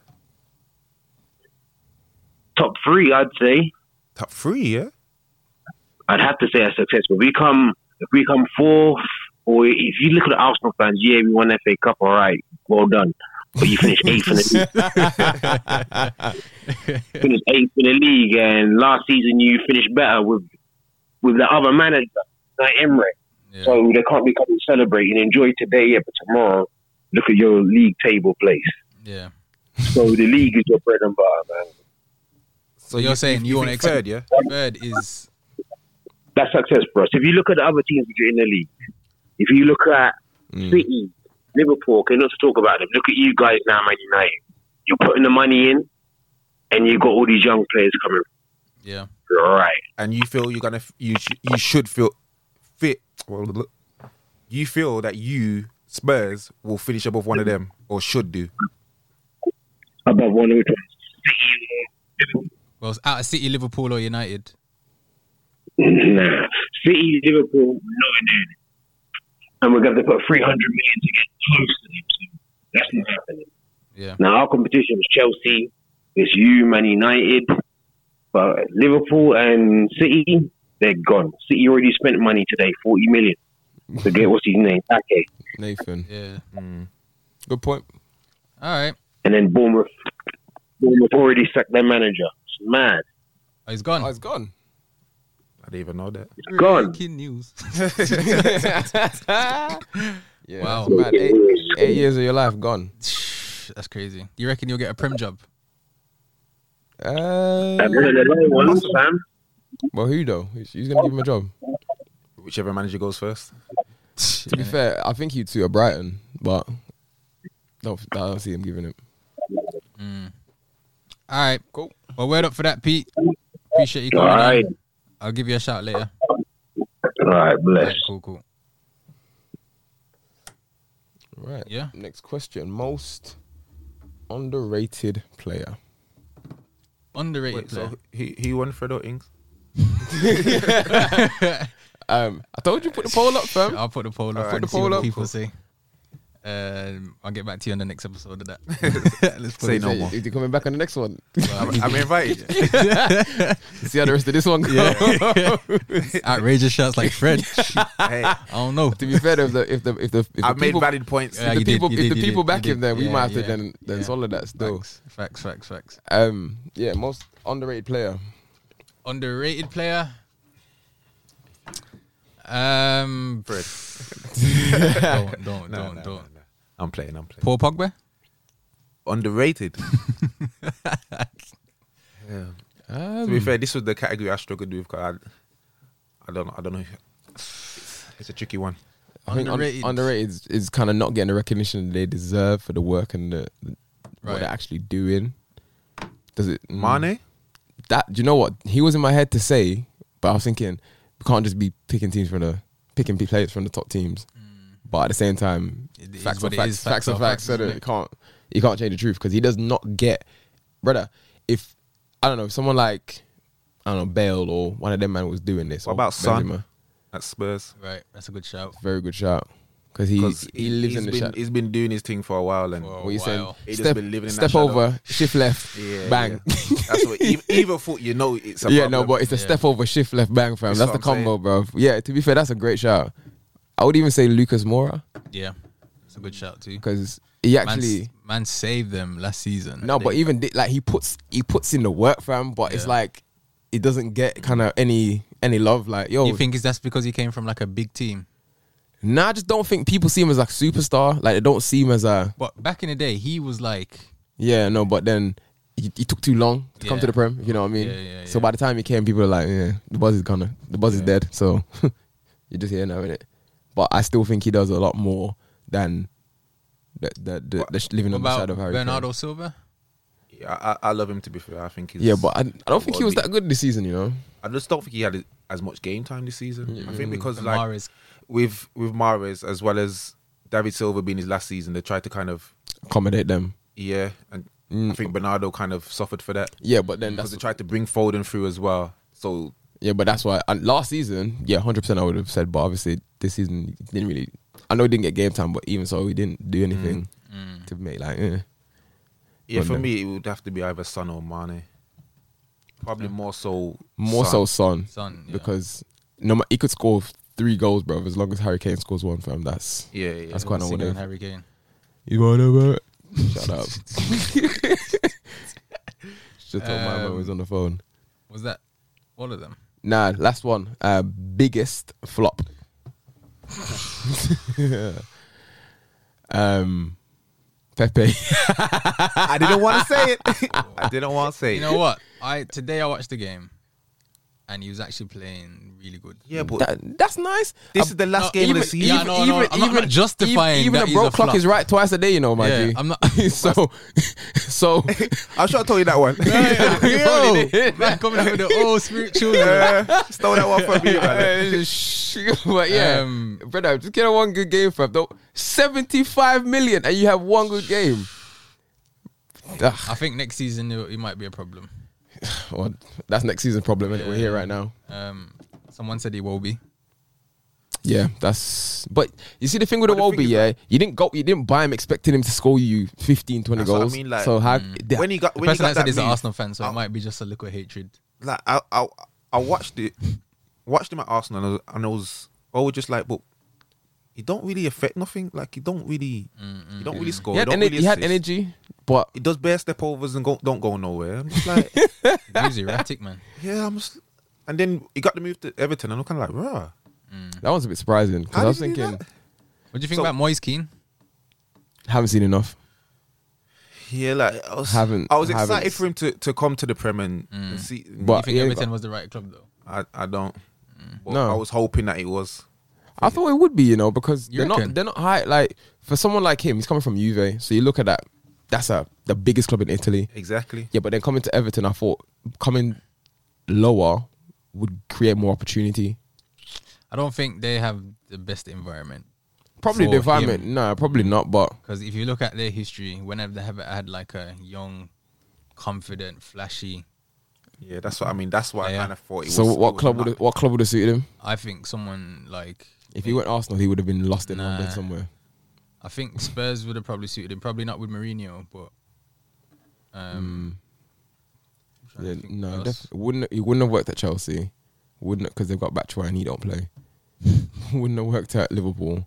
D: Top three, I'd say.
B: Top three, yeah.
D: I'd have to say a success. But we come if we come fourth, or if you look at the Arsenal fans, yeah, we won FA Cup, all right, well done. But you finished eighth in the league. You finished eighth in the league, and last season you finished better with with the other manager, like Emre.
A: yeah.
D: So they can't be coming celebrating, enjoy today, yeah, but tomorrow look at your league table place.
A: yeah.
D: So the league is your bread and butter, man.
A: So you're saying you want to
B: think third, yeah?
A: Third is
D: That's success for us. If you look at the other teams that are in the league, if you look at
C: Mm.
D: City, Liverpool, okay, not to talk about them. Look at you guys now, Man United. You're putting the money in, and you've got all these young players coming.
A: yeah.
D: through, All right.
B: and you feel you're gonna f- you sh- you should feel fit. Well, look, you feel that you Spurs will finish above one of them or should do.
D: Above one, which one?
A: Well, it's out of City, Liverpool, or United.
D: City, nah. City, Liverpool, no, dude. And we're going to put 300 million to get close to them. So that's not happening.
A: Yeah,
D: Now, our competition is Chelsea, it's you, Man United, but Liverpool and City, they're gone. City already spent money today, 40 million. To get what's his name? Ake.
C: Nathan,
A: yeah.
C: good point.
A: All right,
D: and then Bournemouth, Bournemouth already sacked their manager. It's mad.
A: oh, he's gone.
C: Oh, it's gone.
B: I didn't even know that.
D: gone.
A: Breaking news.
C: yeah,
A: Wow.
C: wow, man, eight, eight years of your life gone.
A: That's crazy. Do you reckon you'll get a prem job?
C: Uh,
D: I've heard a lot of ones, fam.
C: well, who though? Who's, who's gonna give him a job?
B: Whichever manager goes first.
C: To be fair, I think you two are Brighton, but don't, I don't see him giving it.
A: All right,
C: Cool.
A: Well, word up for that, Pete. Appreciate you
D: All
A: coming. on.
D: right.
A: I'll give you a shout later.
D: All right,
A: All
D: bless.
A: right, cool, cool.
C: Right.
A: Yeah.
C: Next question: Most underrated player.
A: Underrated
B: Wait,
A: player.
B: so he he won Fredo Ings.
C: Um, I told you put the poll up, fam.
A: I'll put the poll up.
C: Alright,
A: Put the
C: see what
A: poll up.
C: people
A: People say. Um, I'll get back to you on the next episode of that. Let's put
B: Say
A: it-
B: no more.
C: Is he coming back on the next one?
B: I'm, I'm invited.
C: see how the rest of this one goes.
A: Outrageous shots like Fred. I
B: hey,
A: don't know.
C: to be fair, if the if the if the, if the
B: I made
C: people,
B: valid points.
A: Yeah, you
C: if the
A: did,
C: people,
A: you
C: if
A: did,
C: the
A: you
C: people
A: did,
C: back
A: you
C: him,
A: did.
C: then we
A: Yeah,
C: might have
A: yeah,
C: to then then
A: yeah.
C: solid that still.
A: Facts, facts, facts, facts.
C: Um, yeah, most underrated player.
A: Underrated player. Um,
B: Fred.
A: don't, don't,
B: No,
A: don't,
B: no,
A: don't.
B: no, no. I'm playing. I'm playing.
A: Paul Pogba.
B: Underrated. yeah.
C: Um,
B: To be fair, this was the category I struggled with. 'cause I, I don't know. I don't know. It's a tricky one.
C: I think un-
A: Underrated.
C: underrated, is, is kind of not getting the recognition they deserve for the work and the, the-
A: Right.
C: what they're actually doing. Does it mm,
B: Mane.
C: That do you know what he was in my head to say, but I was thinking we can't just be picking teams from the picking pe- players from the top teams.
B: Mm.
C: But at the same time,
A: It is
C: facts are
A: what it
C: facts,
A: is,
C: facts are facts. So
A: isn't
C: that
A: it?
C: you can't you can't change the truth because he does not get, brother. If I don't know, if someone like I don't know Bale or one of them man was doing this.
B: What
C: or
B: about Son?
C: Oh, Benzema.
B: at Spurs.
A: Right, that's a good shout.
C: Very good shout because he
B: 'Cause
C: he lives
B: he's
C: in the
B: been,
C: shop.
B: He's been doing his thing for a while, and
A: For a
C: What you saying?
A: while.
B: He just
C: Step,
B: been living in that
C: step
B: shadow.
C: over, shift left,
B: yeah,
C: bang.
B: yeah. That's what either, either foot you know it's a
C: yeah,
B: problem.
C: no, but it's a
A: Yeah.
C: step over shift left bang, fam.
B: That's
C: That's,
B: what
C: the
B: I'm saying.
C: combo, bro. Yeah, to be fair, that's a great shout. I would even say Lucas Mora
A: Yeah, that's a good shout too.
C: because he
A: Man,
C: actually
A: man saved them last season.
C: no,
A: They-
C: but even th- like he puts he puts in the work, fam. But it's
A: Yeah.
C: like it doesn't get kind of any any love. Like yo,
A: you think is that's because he came from like a big team?
C: nah, I just don't think people see him as like superstar. Like they don't see him as a
A: But back in the day, he was like,
C: yeah, no. But then he, he took too long to come
A: Yeah.
C: to the prem. if You know what I mean?
A: Yeah, yeah,
C: So
A: yeah.
C: by the time he came, people were like, yeah, the buzz is gonna, the buzz is dead. So you're just here now, innit? But I still think he does a lot more than the the, the, the, sh- living
A: what
C: on the
A: about
C: side of Harry. Kane.
A: Bernardo Silva.
B: Yeah, I, I love him to be fair. I think he's
C: Yeah, but I, I don't think he was that good this season. You know?
B: I just don't think he had as much game time this season. I
C: Mm.
B: think because
A: And
B: like
A: Mahrez.
B: with with Mares as well as David Silva being his last season, they tried to kind of
C: Accommodate them.
B: yeah, and
C: Mm.
B: I think Bernardo kind of suffered for that
C: Yeah, but then
B: because
C: that's
B: they tried to bring Foden through as well. So
C: yeah, but that's why. And last season, yeah, hundred percent, I would have said. But obviously, this season he didn't really. I know he didn't get game time, but even so, he didn't do anything
A: Mm,
C: to make like. Eh.
B: yeah,
C: Well,
B: for
C: no.
B: me it would have to be either Son or Mane. Probably more so
C: More so,
B: Son.
C: Son,
A: Son, yeah.
C: because no, ma- he could score three goals, bro. As long as Harry Kane scores one for him, that's
B: Yeah, yeah.
C: That's quite an
A: Singing
C: order.
A: Harry Kane.
C: you whatever. Shut up. Just told my man
A: Um,
C: was on the phone.
A: Was that all of them?
C: Nah, last one. Uh, biggest flop. um, Pepe.
B: I didn't want to say it. I didn't want to say it.
A: You know what? I today I watched the game, and he was actually playing really good.
B: yeah, but
C: That- that's nice.
B: this is the last game
A: even-
B: of the season.
A: yeah, I know. I'm not- I'm not justifying
C: Even,
A: that
C: a
A: he's
C: broke
A: a
C: clock
A: flop.
C: is right twice a day, you know, my
A: Yeah,
C: G.
A: I'm not.
C: so, so.
B: I'm sure I told you that one.
C: Yo.
A: man, coming up with the old spiritual.
B: Yeah, stole that one from me, man.
C: Uh, sh- but yeah,
A: Um,
C: brother, just get a one good game, fam. Don't, 75 million and you have one good game. Ah,
A: I think next season it, it might be a problem.
C: well, that's next season problem, innit? We're here right now.
A: Um, someone said he will be.
C: Yeah, that's. But you see, the thing with the
B: But the thing
C: Wolby,
B: is,
C: yeah, you didn't go, you didn't buy him expecting him to score you 15, 20
B: That's what I
C: goals.
B: mean, like, mm.
C: so how? the-
B: When he got
A: The
B: when he
A: person
B: got
A: that said
B: that
A: he's an
B: move,
A: Arsenal fan, so
B: Oh.
A: it might be just a little hatred.
B: like I, I I watched it, watched him at Arsenal, and I was, and I was always just like, but he don't really affect nothing. Like he don't really, he don't really score.
C: he had,
B: don't
C: ener-
B: really
C: he had
B: assist.
C: energy, but
B: He does bare step overs and go, don't go nowhere. I'm just like,
A: He was erratic, man.
B: yeah, I'm just. And then he got the move to Everton, and I'm kind of like, rah.
C: that one's a bit surprising because
B: How
C: I was
B: did he do
C: thinking,
B: that?
A: What do you think
B: So-
A: about Moyes Keane?
C: haven't seen enough.
B: Yeah, like I was,
C: Haven't-
B: I was
C: haven't.
B: excited for him to, to come to the Prem and, and see.
A: Do you
C: But
A: think
C: yeah,
A: Everton was the right club though?
B: I, I don't. But
C: No.
B: I was hoping that it was.
C: I thought it would be, you know, because
A: You
C: they're
A: reckon?
C: not they're not high. Like for someone like him, he's coming from Juve, so you look at that. That's a the biggest club in Italy.
B: Exactly.
C: Yeah, but then coming to Everton, I thought coming lower would create more opportunity.
A: I don't think they have the best environment.
C: Probably
A: For
C: the environment. No, probably not. But
A: Because if you look at their history, whenever they have had like a young, confident, flashy,
B: Yeah, that's what I mean. That's why I
A: Yeah.
B: kind of thought it
C: so
B: was. it
C: what
B: was
C: club
B: not-
C: would what club would have suited him?
A: I think someone like
C: If he went Arsenal, he would have been lost in
A: Nah.
C: London somewhere.
A: I think Spurs would have probably suited him. Probably not with Mourinho, but um, I'm trying to
C: Yeah,
A: think
C: no,
A: else.
C: def- wouldn't he wouldn't have worked at Chelsea? Wouldn't because they've got Batshuayi and he don't play. wouldn't have worked at Liverpool.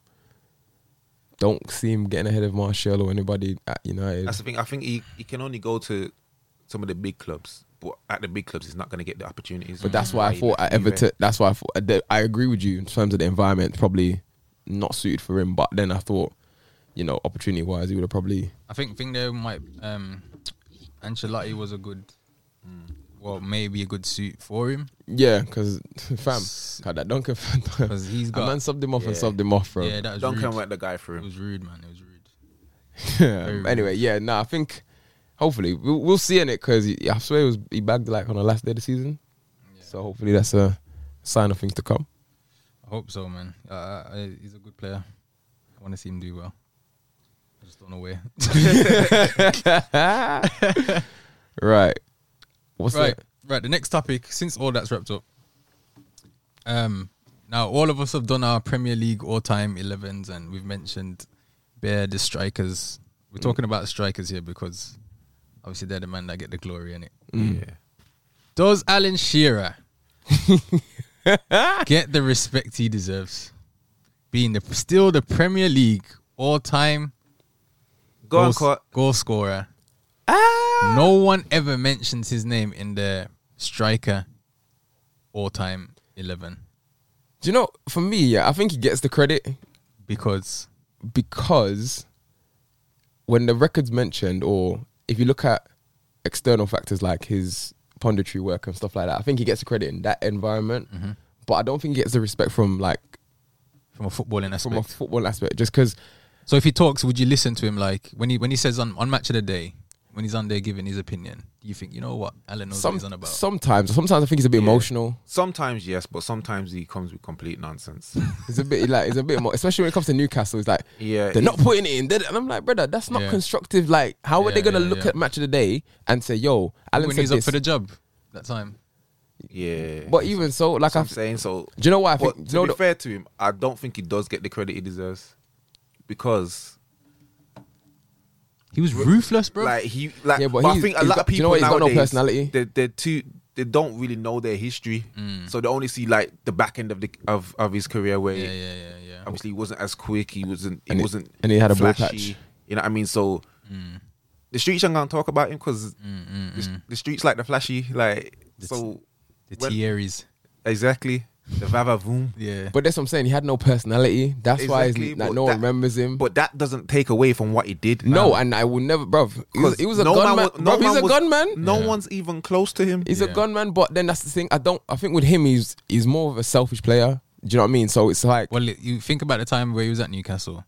C: Don't see him getting ahead of Martial or anybody at United.
B: That's the thing. I think he, he can only go to some of the big clubs, but at the big clubs, he's not going to get the opportunities.
C: but that's why I thought at Everton. That's why I thought. that- I agree with you in terms of the environment, probably not suited for him. But then I thought, you know, opportunity wise, he would have probably.
A: I think think they might. Um, Ancelotti was a good, Hmm. well, maybe a good suit for him.
C: Yeah, because fam,
A: S-
C: God, that Duncan,
A: Because he's
C: a
A: got.
C: man subbed him off and
B: Yeah.
C: subbed him off, bro.
A: yeah, that was
B: Duncan
A: rude.
B: went the guy for
A: It
B: him.
A: was rude, man. It was rude.
C: Yeah.
A: Very
C: anyway, yeah, no, I think hopefully we'll, we'll see in it because I swear he was he bagged like on the last day of the season, so hopefully that's a sign of things to come.
A: I hope so, man. Uh, Uh, he's a good player. I want to see him do well. I just don't know where.
C: Right. What's
A: right,
C: that?
A: right. The next topic, since all that's wrapped up, um, Now, all of us have done our Premier League all-time 11s, and we've mentioned Bear the strikers. We're talking about strikers here because obviously they're the man that get the glory in it.
C: Mm.
B: Yeah.
A: Does Alan Shearer get the respect he deserves, being the still the Premier League all-time
B: Go on,
A: goals-
B: Cot.
A: goal scorer?
C: Ah!
A: No one ever mentions his name in the striker all-time 11
C: Do you know? For me, yeah, I think he gets the credit
A: because
C: because when the record's mentioned, or if you look at external factors like his punditry work and stuff like that, I think he gets the credit in that environment.
A: Mm-hmm.
C: But I don't think he gets the respect from like
A: from a footballing aspect.
C: from a football aspect, just because
A: So if he talks, would you listen to him? Like when he when he says on, on match of the day, when he's on there giving his opinion, do you think you know what Alan knows what
C: some,
A: he's on about?
C: sometimes sometimes I think he's a bit emotional.
B: Sometimes yes, but sometimes he comes with complete nonsense.
C: It's a bit like it's a bit more, especially when it comes to Newcastle. It's like
B: Yeah,
C: they're
B: it-
C: not putting it in, They're- and I'm like, brother, that's not
A: Yeah.
C: constructive. Like, how are
A: Yeah,
C: they gonna
A: yeah,
C: look
A: yeah.
C: at match of the day and say, yo, Alan
A: when
C: said
A: he's up
C: this?
A: for the job that time.
B: yeah.
C: but even so, like
B: That's what
C: I,
B: I'm saying so.
C: Do you know what I
B: but
C: think? Do you
B: to
C: know
B: be
C: the-
B: fair to him, I don't think he does get the credit he deserves because
A: He was ruthless, bro.
B: like he like.
C: Yeah, but
B: but I
C: he's-
B: think a
C: he's
B: lot
C: got-
B: of
C: do you
B: people
C: know what, he's got no
B: nowadays
C: personality.
B: They they're too. They don't really know their history,
A: Mm.
B: so they only see like the back end of the of, of his career where
A: yeah, yeah, yeah, yeah.
B: obviously he wasn't as quick. He wasn't. He
C: And he-
B: wasn't.
C: and he had a ball
B: flashy,
C: patch.
B: You know what I mean? So
A: Mm.
B: the streets aren't gonna talk about him because the, the streets like the flashy, like so.
A: The
B: when-
A: Thierry's.
B: exactly the vavavoom.
A: Yeah.
C: but that's what I'm saying. He had no personality. That's why he's-
B: Exactly,
C: like,
B: but
C: no one
B: that-
C: remembers him.
B: But that doesn't take away from what he did.
C: no, and I will never, bruv. He was,
B: 'Cause
C: he was a
B: no man
C: gunman.
B: was- no
C: bruv, he's
B: man
C: a
B: was-
C: gunman.
B: No one's even close to him.
C: He's
A: Yeah.
C: a gunman. But then that's the thing. I don't. I think with him, he's he's more of a selfish player. Do you know what I mean? So it's like
A: well, you think about the time where he was at Newcastle.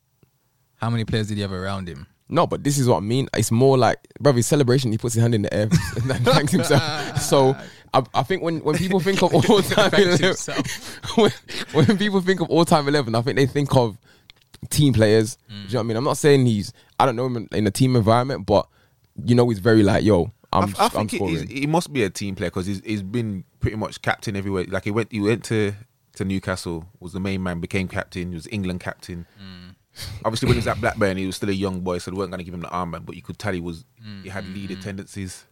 A: How many players did he have around him?
C: No, but this is what I mean. It's more like, brother, his celebration, he puts his hand in the air and then thanks himself. So I, I think when, when people think of all time
A: Thanks
C: 11,
A: himself.
C: when, when people think of all time 11, I think they think of team players. Do you know what I mean? I'm not saying he's, I don't know him in, in a team environment, but you know, he's very like, yo,
B: I,
C: I'm,
B: I
C: I, am
B: think he,
C: scoring.
B: he's- he must be a team player because he's, he's been pretty much captain everywhere. Like he went, he went to, to Newcastle, was the main man, became captain, he was England captain.
C: Hmm.
B: Obviously, when he was at Blackburn, he was still a young boy, so they weren't going to give him the armband. But you could tell he was he had leader
C: Hmm.
B: tendencies.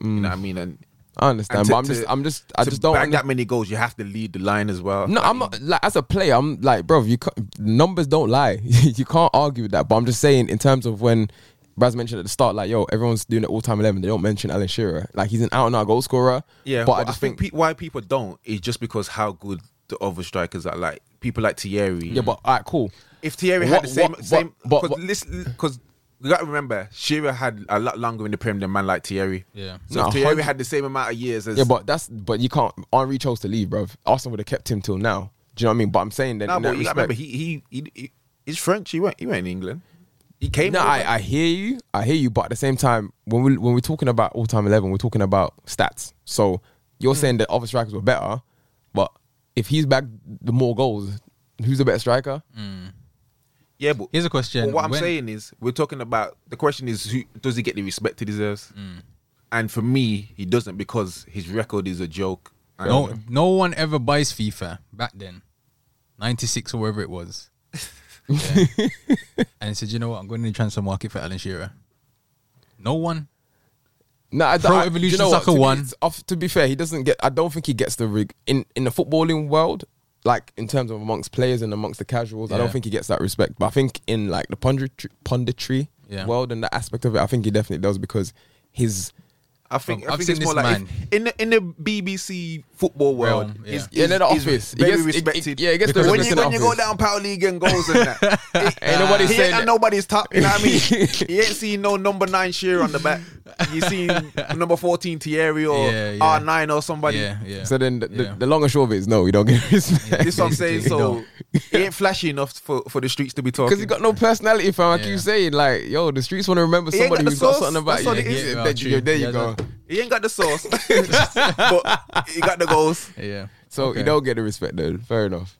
B: You know what I mean? And,
C: I
B: and
C: understand,
B: to-
C: but I'm
B: to-
C: just, I'm just, Hmm. I
B: to
C: just don't.
B: bag
C: Under-
B: that many goals. You have to lead the line as well.
C: no,
B: Like,
C: I'm not like as a player. I'm like, bro, you can't, numbers don't lie. you can't argue with that. But I'm just saying, in terms of when Braz mentioned at the start, like, yo, everyone's doing it all time eleven. They don't mention Alan Shearer. Like, he's an out and out goal scorer.
B: Yeah,
C: but, I just
B: think,
C: think,
B: pe- why people don't is just because how good the other strikers are. Like people like Thierry.
C: yeah, but all right, cool.
B: if Thierry
C: What-
B: had the same
C: what-
B: same,
C: but- but-
B: because listen, because you got to remember, Shearer had a lot longer in the Prem than man like Thierry.
A: Yeah.
B: So
C: No,
B: if Thierry
C: hundred-
B: had the same amount of years as
C: Yeah, but that's but you can't. Henri chose to leave, bro. Arsenal would have kept him till now. Do you know what I mean? But I'm saying that.
B: no,
C: in that
B: but you got to
C: respect-
B: remember he, he he he he's French. He went he went in England. He came.
C: No,
B: over.
C: I, I hear you. I hear you. But at the same time, when we when we're talking about all time eleven, we're talking about stats. So
A: Hmm.
C: you're saying that other strikers were better, but if he's back the more goals, who's the better striker?
A: Hmm.
B: yeah, but
A: Here's a question.
B: But what I'm
A: When-
B: saying is, we're talking about the question is, who does he get the respect he deserves?
A: Mm.
B: And for me, he doesn't because his record is a joke. And-
A: No, no one ever buys FIFA back then, ninety six or wherever it was. Yeah. and he said, "You know what? I'm going to the transfer market for Alan Shearer." No one.
C: No, I,
A: Pro
C: I- do
A: Evolution
C: what?
A: Soccer
C: To be-
A: won.
C: it's off- to be fair, he doesn't get. I don't think he gets the rig in in the footballing world. Like in terms of amongst players and amongst the casuals, I
A: Yeah.
C: don't think he gets that respect. But I think in like the punditry, punditry
A: Yeah.
C: world and that aspect of it, I think he definitely does because his
B: I think
A: I've
B: I think
A: seen
B: it's
A: this
B: more like
A: man.
B: if- in the in the BBC football world,
A: Realm, yeah.
B: he's-
C: Yeah, they're the
B: he's
C: office. He
B: very
C: gets- he- he-
B: respected.
C: yeah, he gets the
B: Because when you
C: respect in
B: when
C: the
B: you go
C: office.
B: down power league and goals and that,
C: Ain't nobody
B: he
C: saying
B: ain't at
C: that.
B: nobody's top. You know what I mean? he ain't seen no number nine Shearer on the back. You seen number fourteen Thierry or
A: Yeah, yeah.
B: R nine or somebody.
A: Yeah, yeah.
C: So then the,
A: Yeah.
C: the, the long and short of it is no, you don't get respect.
B: This is what I'm saying.
A: Basically,
B: So he ain't flashy enough for, for the streets to be talking.
C: Because you got no personality, fam. I
A: Yeah.
C: keep saying, like, yo, the streets want to remember
B: He ain't got
C: somebody
B: the
C: who's got
B: sauce.
C: something about
B: That's
C: you.
B: what it is.
C: Yeah,
A: Yeah,
C: there-
A: true.
C: yeah, there
A: Yeah,
C: you go.
A: that-
B: he ain't got the sauce, but he got the goals.
A: Yeah.
C: So
A: Okay.
C: you don't get the respect, then. Fair enough.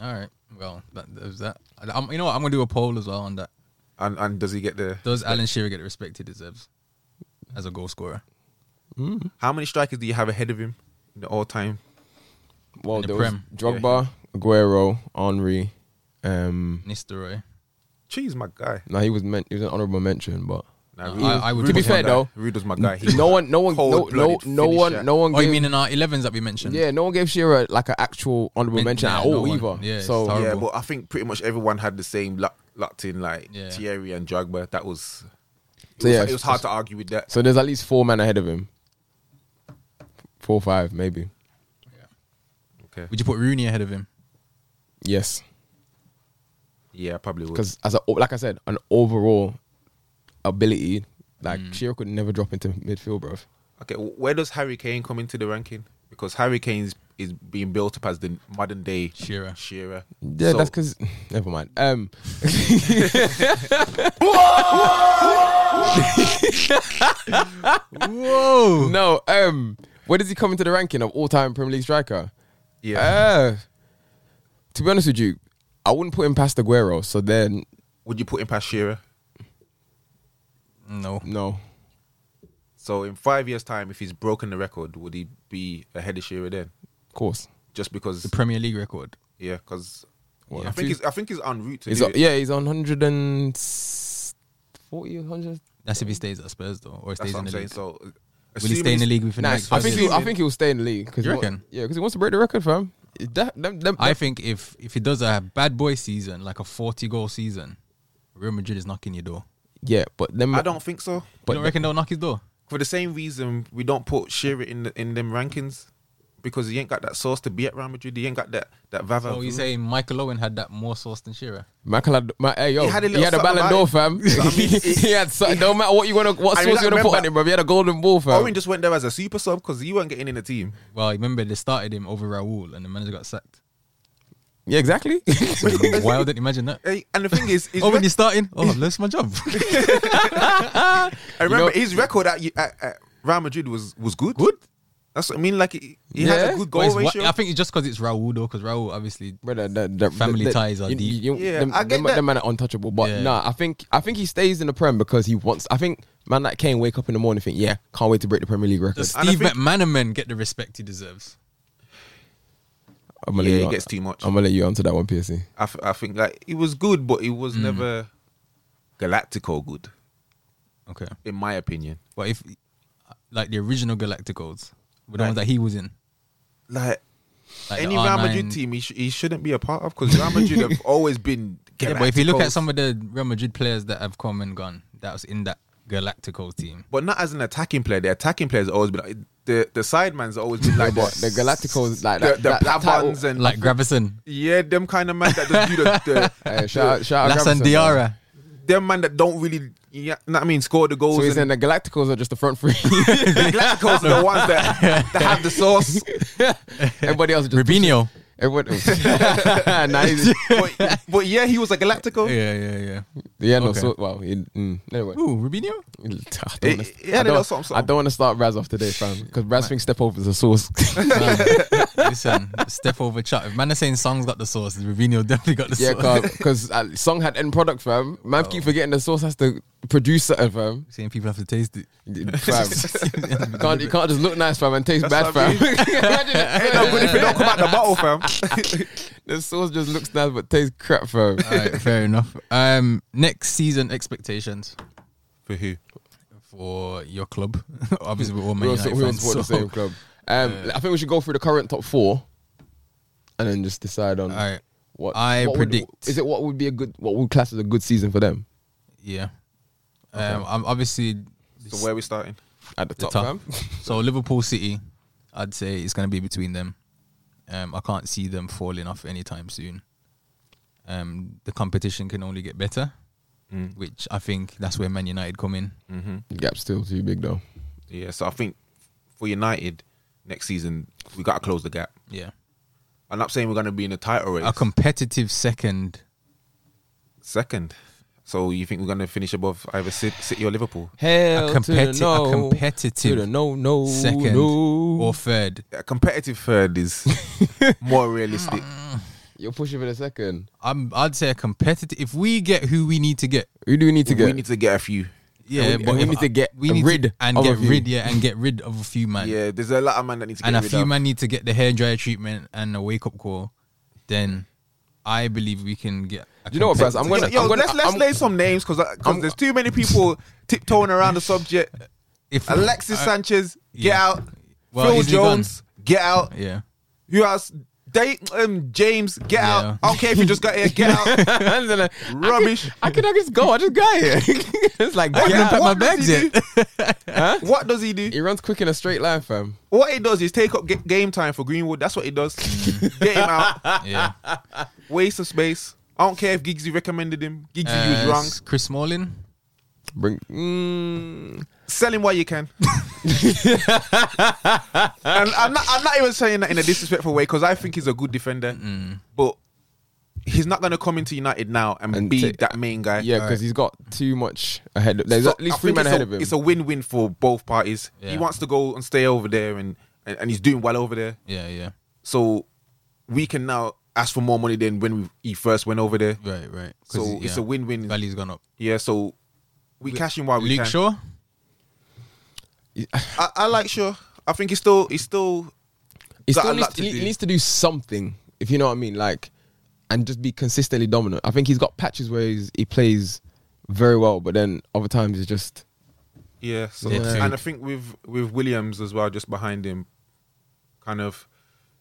A: All right. Well, that was that. I'm, you know what? I'm gonna do a poll as well on that.
B: And and does he get the?
A: Does Alan Shearer get the respect he deserves as a goal scorer?
B: How many strikers do you have ahead of him in the all time?
C: Well,
A: In the
C: there was
A: Prem.
C: Drogba, Aguero, Henri. Um,
A: Nistelrooy.
B: Cheese, my guy.
C: no, he was meant. He was an honorable mention, but
B: Nah,
A: No,
B: Rude-
A: I- I would
B: Rude
A: To be
B: was my
C: fair
B: guy.
C: though,
B: Rude was my guy. He-
C: no one, no one, no, no,
B: Cold-blooded
C: no one,
B: finisher.
C: no one.
A: Oh, you
C: gave-
A: mean in our 11s that we mentioned?
C: Yeah, no one gave Shearer like an actual honorable
A: Men-
C: mention
A: yeah,
C: at
A: no
C: all
A: one.
C: either.
A: Yeah, it's
C: so
A: horrible.
B: Yeah, but I think pretty much everyone had the same luck, lucked in, like
A: Yeah.
B: Thierry and Drogba. That was. It,
C: So
B: was
C: yeah,
B: it was hard to argue with that.
C: so there's at least four men ahead of him. Four, five, maybe.
B: Okay.
A: Would you put Rooney ahead of him?
C: Yes,
B: Yeah, I probably would.
C: because as a, like I said, an overall ability like
B: Mm.
C: Shearer could never drop into midfield, bro.
B: Okay, wh- where does Harry Kane come into the ranking? Because Harry Kane's is being built up as the modern day
A: Shearer.
B: Shearer.
C: Yeah,
B: So-
C: that's because. Never mind. Um,
A: Whoa!
C: no. Um, where does he come into the ranking of all-time Premier League striker?
B: Yeah.
C: Uh, to be honest with you, I wouldn't put him past Aguero. So then,
B: would you put him past Shearer?
A: No.
C: no.
B: So in five years' time, if he's broken the record, would he be ahead of Shearer then?
C: Of course.
B: Just because,
A: The Premier League record.
B: yeah, because
C: Well,
B: I think he's I think he's en route to
C: He's
B: do
C: on,
B: it.
C: yeah, he's on 140, 100.
A: That's if he stays at Spurs though, or he
B: That's
A: stays
B: what
A: in
B: I'm
A: the
B: saying.
A: league.
B: So uh,
A: Will he stay in the
B: assuming
A: league within
C: Nah,
A: the
C: I
A: next five
C: think
A: years?
C: he, I think he'll stay in the league because
A: You reckon?
C: yeah, because he wants to break the record, fam. That, them, them,
A: I think if if he does a bad boy season, like a forty goal season, Real Madrid is knocking your door.
C: yeah, but them,
B: I don't think so.
A: But you don't reckon they'll knock his door?
B: For the same reason, we don't put Shearer in the, in them rankings because he ain't got that sauce to be at Real Madrid. He ain't got that that Vava.
A: Oh, you saying Michael Owen had that more sauce than Shearer?
C: Michael had, my, hey, yo, he
B: He had
C: had
B: a
C: a,
B: little something
C: Ballon d'Or,
B: about
C: fam.
B: him. You know what I mean?
C: he, had, something. no matter what you want to, what
B: I
C: sauce you want to put
B: remember-
C: on him, bro. He had a golden ball, fam.
A: um,
B: Owen just went there as a super sub because he weren't getting in the team.
A: Well, remember they started him over Raul, and the manager got sacked.
C: yeah, exactly.
A: Why didn't imagine that?
B: Hey, And the thing is, his
A: Oh, when
B: rec-
A: you're starting, oh, I've lost my job.
B: I remember
C: know-
B: his record at, at, at Real Madrid was was good.
A: Good.
B: That's what I mean. Like he, he has
C: Yeah.
B: a
A: But
B: good goal
A: it's what-
B: ratio.
A: I think it's just because it's Raul though, because Raul obviously
C: Brother, the, the,
A: Family
C: the-
A: ties are
C: you-
A: deep.
C: you- you-
B: Yeah,
C: them,
B: I get
C: them-
B: that.
C: them man are untouchable. But
A: Yeah.
C: nah, I think I think he stays in the Prem because he wants. I think man like Kane wake up in the morning and think, yeah, can't wait to break the Premier League record.
A: does
B: And I
A: Steve
B: think-
A: McManaman get the respect he deserves.
C: I'm gonna
B: yeah,
C: let
B: he
C: you
B: gets too much.
C: I'm gonna let you answer that one, PSC.
B: I, th- I think like he was good, but he
A: Mm.
B: was never Galactico good,
A: Okay,
B: in my opinion.
A: but if like the original Galacticos were the
B: Right.
A: ones that he was in,
B: Like,
A: like the
B: any Real
A: R9.
B: Madrid team, he, sh- he shouldn't be a part of because Real Madrid have always been. Galacticos.
A: Yeah, but if you look at some of the Real Madrid players that have come and gone, that was in that Galactico team.
B: but not as an attacking player, the attacking players have always been like, the the sideman's always been like
C: But the Galacticos like
B: the,
C: that,
B: the
C: that, that title-
B: Pavons and
A: Like Gravison,
B: yeah, them kind of man that just do the, the,
C: Hey, shout out, shout out
A: Lassan
C: Oh, Gravison, bro.
A: Diarra.
B: them man that don't really, yeah, know what I mean, score the goals.
C: So he's
B: and
C: saying the Galacticos are just the front three.
B: the Galacticos are the ones that, that have the sauce.
C: Everybody else, just
A: Rubinho.
C: Everyone, nah, he's-
B: But, but yeah, he was a Galactico.
A: Yeah, yeah,
C: yeah, no.
A: Okay.
C: So well, he, mm, anyway.
A: yeah. Ooh, Rubinho?
C: I don't
B: It-
C: wanna-
B: it
C: I
B: had a little
C: don't-
B: something,
C: I
B: something.
C: don't want to start Raz off today, fam, because Raz thinks step over is a source.
A: Listen, step over chat. If man is saying Song's got the sauce, Rubinho definitely got the
C: Yeah,
A: sauce.
C: because uh, Song had end product, fam. Man,
B: Oh.
C: keep forgetting the source has to produce something, fam.
A: Saying people have to taste it.
C: fam. You can't, you can't just look nice, fam, and taste
B: That's
C: bad,
B: what I
C: fam. Imagine
B: Ain't no good if it
C: that.
B: don't come out the bottle, fam.
C: the sauce just looks nice but tastes crap, fam.
A: All right, fair enough. Um, next season expectations
B: For who?
A: for your club. Obviously, we're all
C: We
A: Man
C: all,
A: United
C: we all
A: fans,
C: support the
A: so-
C: same club. Um, I think we should go through the current top four, and then just decide on
A: All right.
C: what
A: I
C: what would-
A: predict-
C: is it what would be a good what would class as a good season for them
A: Yeah. Um, I'm obviously
B: So where we starting?
C: at the
A: the
C: top,
A: top. Mm-hmm.
C: fam?
A: So Liverpool City, I'd say it's going to be between them. Um, I can't see them falling off anytime soon. Um, the competition can only get better,
C: Mm.
A: which I think that's where Man United come in.
C: The gap's still too big though.
B: Yeah, so I think for United next season we gotta close the gap.
A: Yeah,
B: I'm not saying we're gonna be in the title race.
A: a competitive second.
B: Second. So you think we're gonna finish above either Cit- City or Liverpool?
C: Hell
A: A
C: to the
A: competi- a
C: no,
A: competitive
C: to the no, no,
A: second
C: Oh, no.
A: or third.
B: A competitive third is more realistic.
C: You're pushing for the second.
A: I'm, I'd say a competitive. If we get who we need to get,
C: Who do we need to get?
B: We need to get a few.
A: Yeah,
C: we-
A: but
C: we
A: if-
C: need to get
A: we need
C: rid
A: to, and
C: of a
A: get
C: few.
A: rid, yeah, and get rid of a few man.
B: Yeah, there's a lot of man that needs to
A: and a
B: get rid
A: few
B: of.
A: man need to get the hairdryer treatment and a wake up call. Then I believe we can get. a
C: You know what, Baz,
A: competitive-
C: I'm gonna-
B: Yo, yo,
C: I'm gonna-
B: let's let's
C: I'm-
B: lay some names because
C: I'm-
B: there's too many people tiptoeing around the subject.
A: if
B: Alexis
A: uh,
B: Sanchez, get
A: yeah.
B: out.
A: Well,
B: Phil
A: is he gone?
B: Jones, get out.
A: yeah,
B: Who else? Date um, James, get
A: Yeah.
B: out. I don't care if you just got here, get out.
C: And then I-
B: Rubbish.
C: I could I just go. I just got here. it's like
A: I
C: get
A: haven't packed
C: out.
A: my
B: What does
A: bags
B: he
A: yet.
B: What does he do?
C: He runs quick in a straight line, fam.
B: What he does is take up g- game time for Greenwood. That's what he does. Get him out.
A: yeah,
B: Waste of space. I don't care if Giggsy recommended him. Giggsy
A: Uh,
B: you was wrong.
A: Chris Smalling.
C: Bring. Mm,
B: Sell him while you can. and I'm not, I'm not even saying that in a disrespectful way because I think he's a good defender. But he's not going to come into United now and,
C: And
B: be
C: take-
B: that main guy.
C: yeah, because he's got too much ahead. Of, there's
B: So
C: at least
B: I
C: three
B: think
C: men
B: it's a-
C: ahead of him.
B: It's a win-win for both parties.
A: Yeah.
B: He wants to go and stay over there, and, and and he's doing well over there.
A: Yeah, yeah,
B: So we can now ask for more money than when we, he first went over there.
A: right, right. 'Cause,
B: So it's
A: yeah,
B: a win-win.
A: Value's gone up.
B: Yeah. So we cash in while we
A: Luke
B: can.
A: Shaw.
B: I, I like sure. I think he's still he's still
C: he
B: got
C: still
B: a
C: needs,
B: lot
C: to
B: to
C: he
B: do.
C: needs to do something, if you know what I mean, like, and just be consistently dominant. I think he's got patches where he's, he plays very well, but then other times it's just
B: yeah. So
A: Yeah.
B: and I think with with Williams as well, just behind him, kind of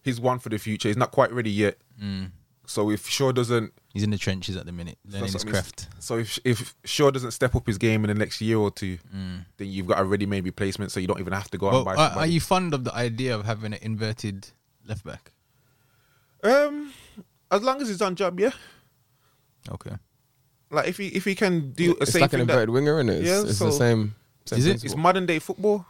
B: he's one for the future. He's not quite ready yet.
A: Mm.
B: So if Shaw doesn't
A: He's in the trenches at the minute, learning
B: That's
A: his
B: what I mean.
A: craft.
B: So if if Shaw doesn't step up his game in the next year or two,
C: Mm.
B: then you've got a ready-made replacement, so you don't even have to go out
A: But
B: and buy.
A: are, uh, are
B: somebody.
A: you fond of the idea of having an inverted left back?
B: Um, as long as he's on job, yeah.
A: Okay.
B: Like if he if he can do a
C: it's
B: same
C: like an
B: thing that-
C: inverted winger, and it's,
B: Yeah,
C: it's
B: so-
C: the same. same
A: Is it?
B: it's
C: principle.
B: modern day football,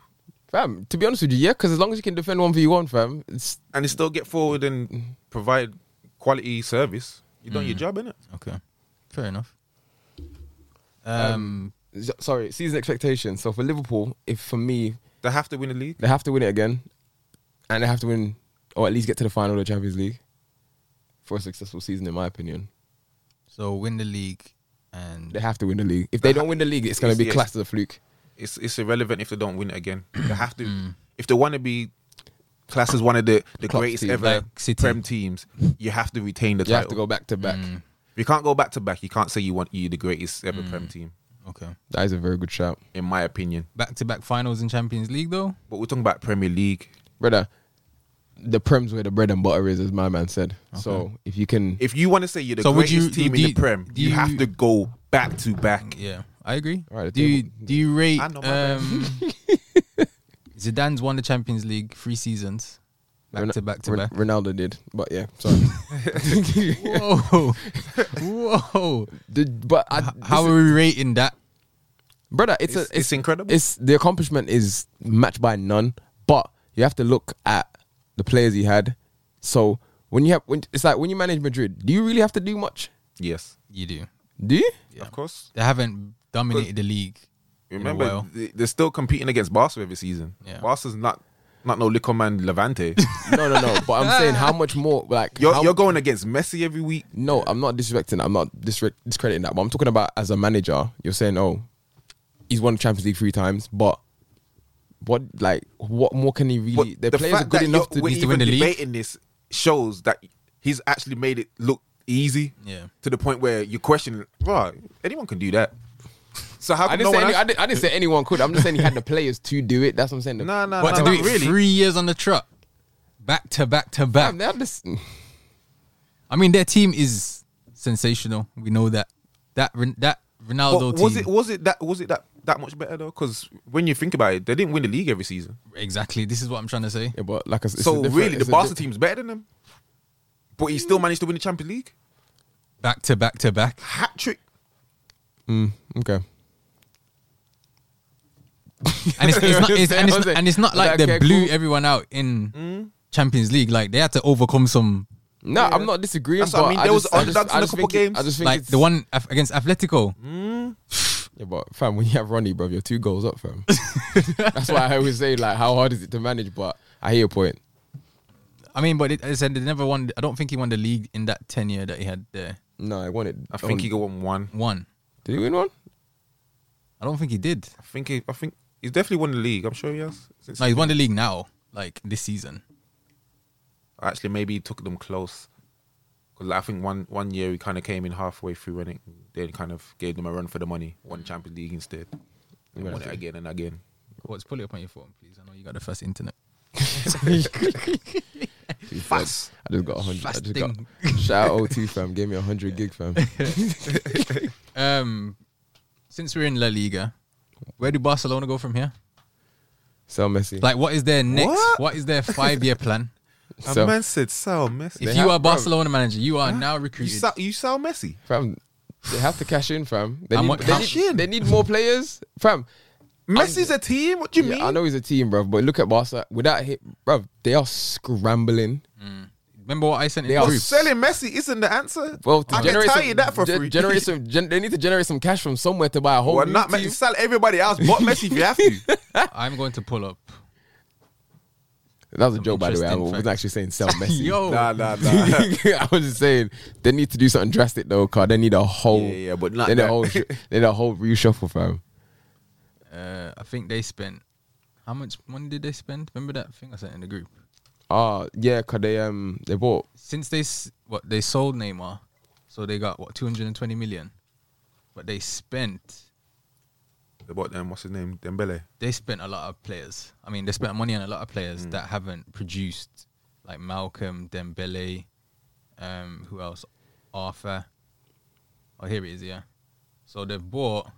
C: fam? To be honest with you, yeah, because as long as you can defend one v one, fam, it's
B: and he still get forward
C: Mm-hmm.
B: and provide quality service. You done
C: Mm.
B: your job, innit?
A: Okay. Fair enough. Um,
C: s- sorry season expectations. So for Liverpool, if for me
B: They have to win the league.
C: they have to win it again, and they have to win or at least get to the final of the Champions League for a successful season, in my opinion.
A: so win the league and
C: They have to win the league. If they don't win the league, it's going to be
B: Yes.
C: classed as a fluke.
B: It's it's irrelevant if they don't win it again. They have to
C: Mm.
B: if they want to be classed as one of the, the
C: Klopp's
B: greatest
C: team,
B: ever
A: like City.
B: prem teams. You have to retain the
C: You
B: title.
C: have to go back to back.
B: If you can't go back to back, you can't say you want you the greatest ever prem team.
A: okay
C: That is a very good shout,
B: in my opinion.
A: back to back finals in Champions League though.
B: But we're talking about Premier League.
C: brother. The Prem's where the bread and butter is, as my man said. So if you can,
B: If you want to say you're the
A: So would
B: greatest
A: you-
B: team
A: do
B: in
A: you-
B: the Prem,
A: do
B: you,
A: you-
B: have to go back to back.
A: Yeah, I agree.
C: Right, the
A: do you
C: table.
A: do you rate?
B: I know my
A: Um, Zidane's won the Champions League three seasons back
C: Ron-
A: to back to
C: Ron-
A: back.
C: Ronaldo did, but yeah, sorry.
A: Whoa, whoa!
C: The- but I,
A: How
C: this
A: are
C: is-
A: we rating that?
C: brother? It's,
B: It's,
C: a, it's
B: it's incredible.
C: it's the accomplishment is matched by none. But you have to look at the players he had. So when you have, when it's like when you manage Madrid, do you really have to do much?
B: yes,
A: You do.
C: Do you?
B: of course.
A: They haven't dominated the league. in a
B: Remember,
A: while.
B: th- they're still competing against Barca every season.
A: Yeah.
B: Barca's not not no little man Levante.
C: No, no, no. but I'm saying how much more? Like
B: you're,
C: how,
B: you're going against Messi every week.
C: No, I'm not disrespecting. that. I'm not disre- discrediting that. But I'm talking about as a manager. You're saying, oh, he's won the Champions League three times, but what, like, what more can he really?
B: But
C: Their players are good enough to,
B: you're- we're
C: be-
A: to win
B: even
A: the league.
B: debating this shows that he's actually made it look easy.
A: Yeah.
B: To the point where you're questioning, right? Anyone can do that. So how
C: I
B: come
C: didn't,
B: no
C: say
B: one?
C: any, I,
B: else-
C: didn't, I didn't say anyone could. I'm just saying he had the players to do it. That's what I'm saying. The-
B: No, no,
A: What
B: no,
A: to do
B: not
A: it
B: really.
A: three years on the truck, back to back to back.
C: Damn, they're just-
A: I mean, their team is sensational. We know that. That Ron- that Ronaldo
B: But was
A: team.
B: it was it that was it that that much better though? Because when you think about it, they didn't win the league every season.
A: exactly. This is what I'm trying to say.
C: Yeah, but like I said, it's a
B: so
C: different-
B: really, the
C: it's a
B: Barca
C: di-
B: team's better than them. But he still managed to win the Champions League
A: Back to back to back.
B: hat trick.
C: mm, Okay.
A: and it's, it's not, it's, and, it's,
C: Jose,
A: and it's not
C: Jose,
A: like they
C: okay,
A: blew
C: cool. Hmm?
A: everyone out in Champions League. Like they had to overcome some,
C: No, I'm not disagreeing.
B: That's what I
C: but
B: mean. There was
C: just- I
B: underdogs
C: just-
B: in
C: I
B: a
C: just
B: couple
C: think it-
B: games.
C: I just think
A: like
C: it's, Hmm?
A: the one af- against Atletico.
C: Yeah, but fam, when you have Ronnie, bro, you're two goals up, fam. That's why I always say like, how hard is it to manage? But I hear your point.
A: I mean, but it, I said they never won. I don't think he won the league in that tenure that he had there.
C: No, I won it.
B: I think he got one one.
A: One,
C: did he win one.
A: I don't think he did.
B: I think he, I think he's definitely won the league. I'm sure he has. Since-
A: No, he's won the league now, like this season.
B: Actually, maybe he took them close. 'Cause I think one one year he kind of came in halfway through when it they kind of gave them a run for the money. Won Champions League instead. And won it again and again.
A: What's pull it up on your phone, please? I know you got the first internet.
B: Fast.
C: I just got a hundred. I
A: Fast
C: just got
A: thing.
C: shout out O2 fam. Gave me a hundred gig fam.
A: Um, since we're in La Liga, where do Barcelona go from here?
C: So messy.
A: Like, what is their next?
B: What?
A: what is their five-year plan?
B: And
C: So-
B: man said, "Sell Messi."
A: If
C: They
A: you
C: have-
A: are Barcelona manager, you are now
B: You
A: recruited.
B: sell, you sell Messi.
C: fam, they have to cash in, fam. They
A: How
C: need,
A: much-
C: they,
A: how-
C: need- they need more players, fam.
B: Messi's a team. What do you mean?
C: Yeah, I know he's a team, bruv, but look at Barca. Without him, bruv, they are scrambling.
A: Remember what I sent in
C: They
A: the
C: are
A: group?
B: Selling Messi isn't the answer.
C: Well, to
B: I can
C: generate
B: tell
C: some,
B: you that for
C: gen-
B: free.
C: generate some. Gen- they need to generate some cash from somewhere to buy a whole
B: Well,
C: new
B: not
C: team.
B: Messi. Sell everybody else, but Messi if you have to.
A: I'm going to pull up.
C: That was a joke, by the way. I
A: interesting
C: wasn't
A: facts.
C: actually saying sell Messi.
A: Yo,
B: nah, nah, nah.
C: I was just saying they need to do something drastic though, car. They need a whole,
B: Yeah, yeah, but not
C: they need a
B: that.
C: whole, sh- they need a whole reshuffle, fam.
A: uh, I think they spent. How much money did they spend? Remember that thing I sent in the group?
C: Ah, yeah, cause they um they bought
A: Since they s- what they sold Neymar, so they got what 220 million, but they spent
B: About them, what's his name? Dembele.
A: they spent a lot of players. I mean, they spent money on a lot of players that haven't produced, like Malcolm, Dembele, um, who else? Arthur. Oh, here it is, yeah. So they've bought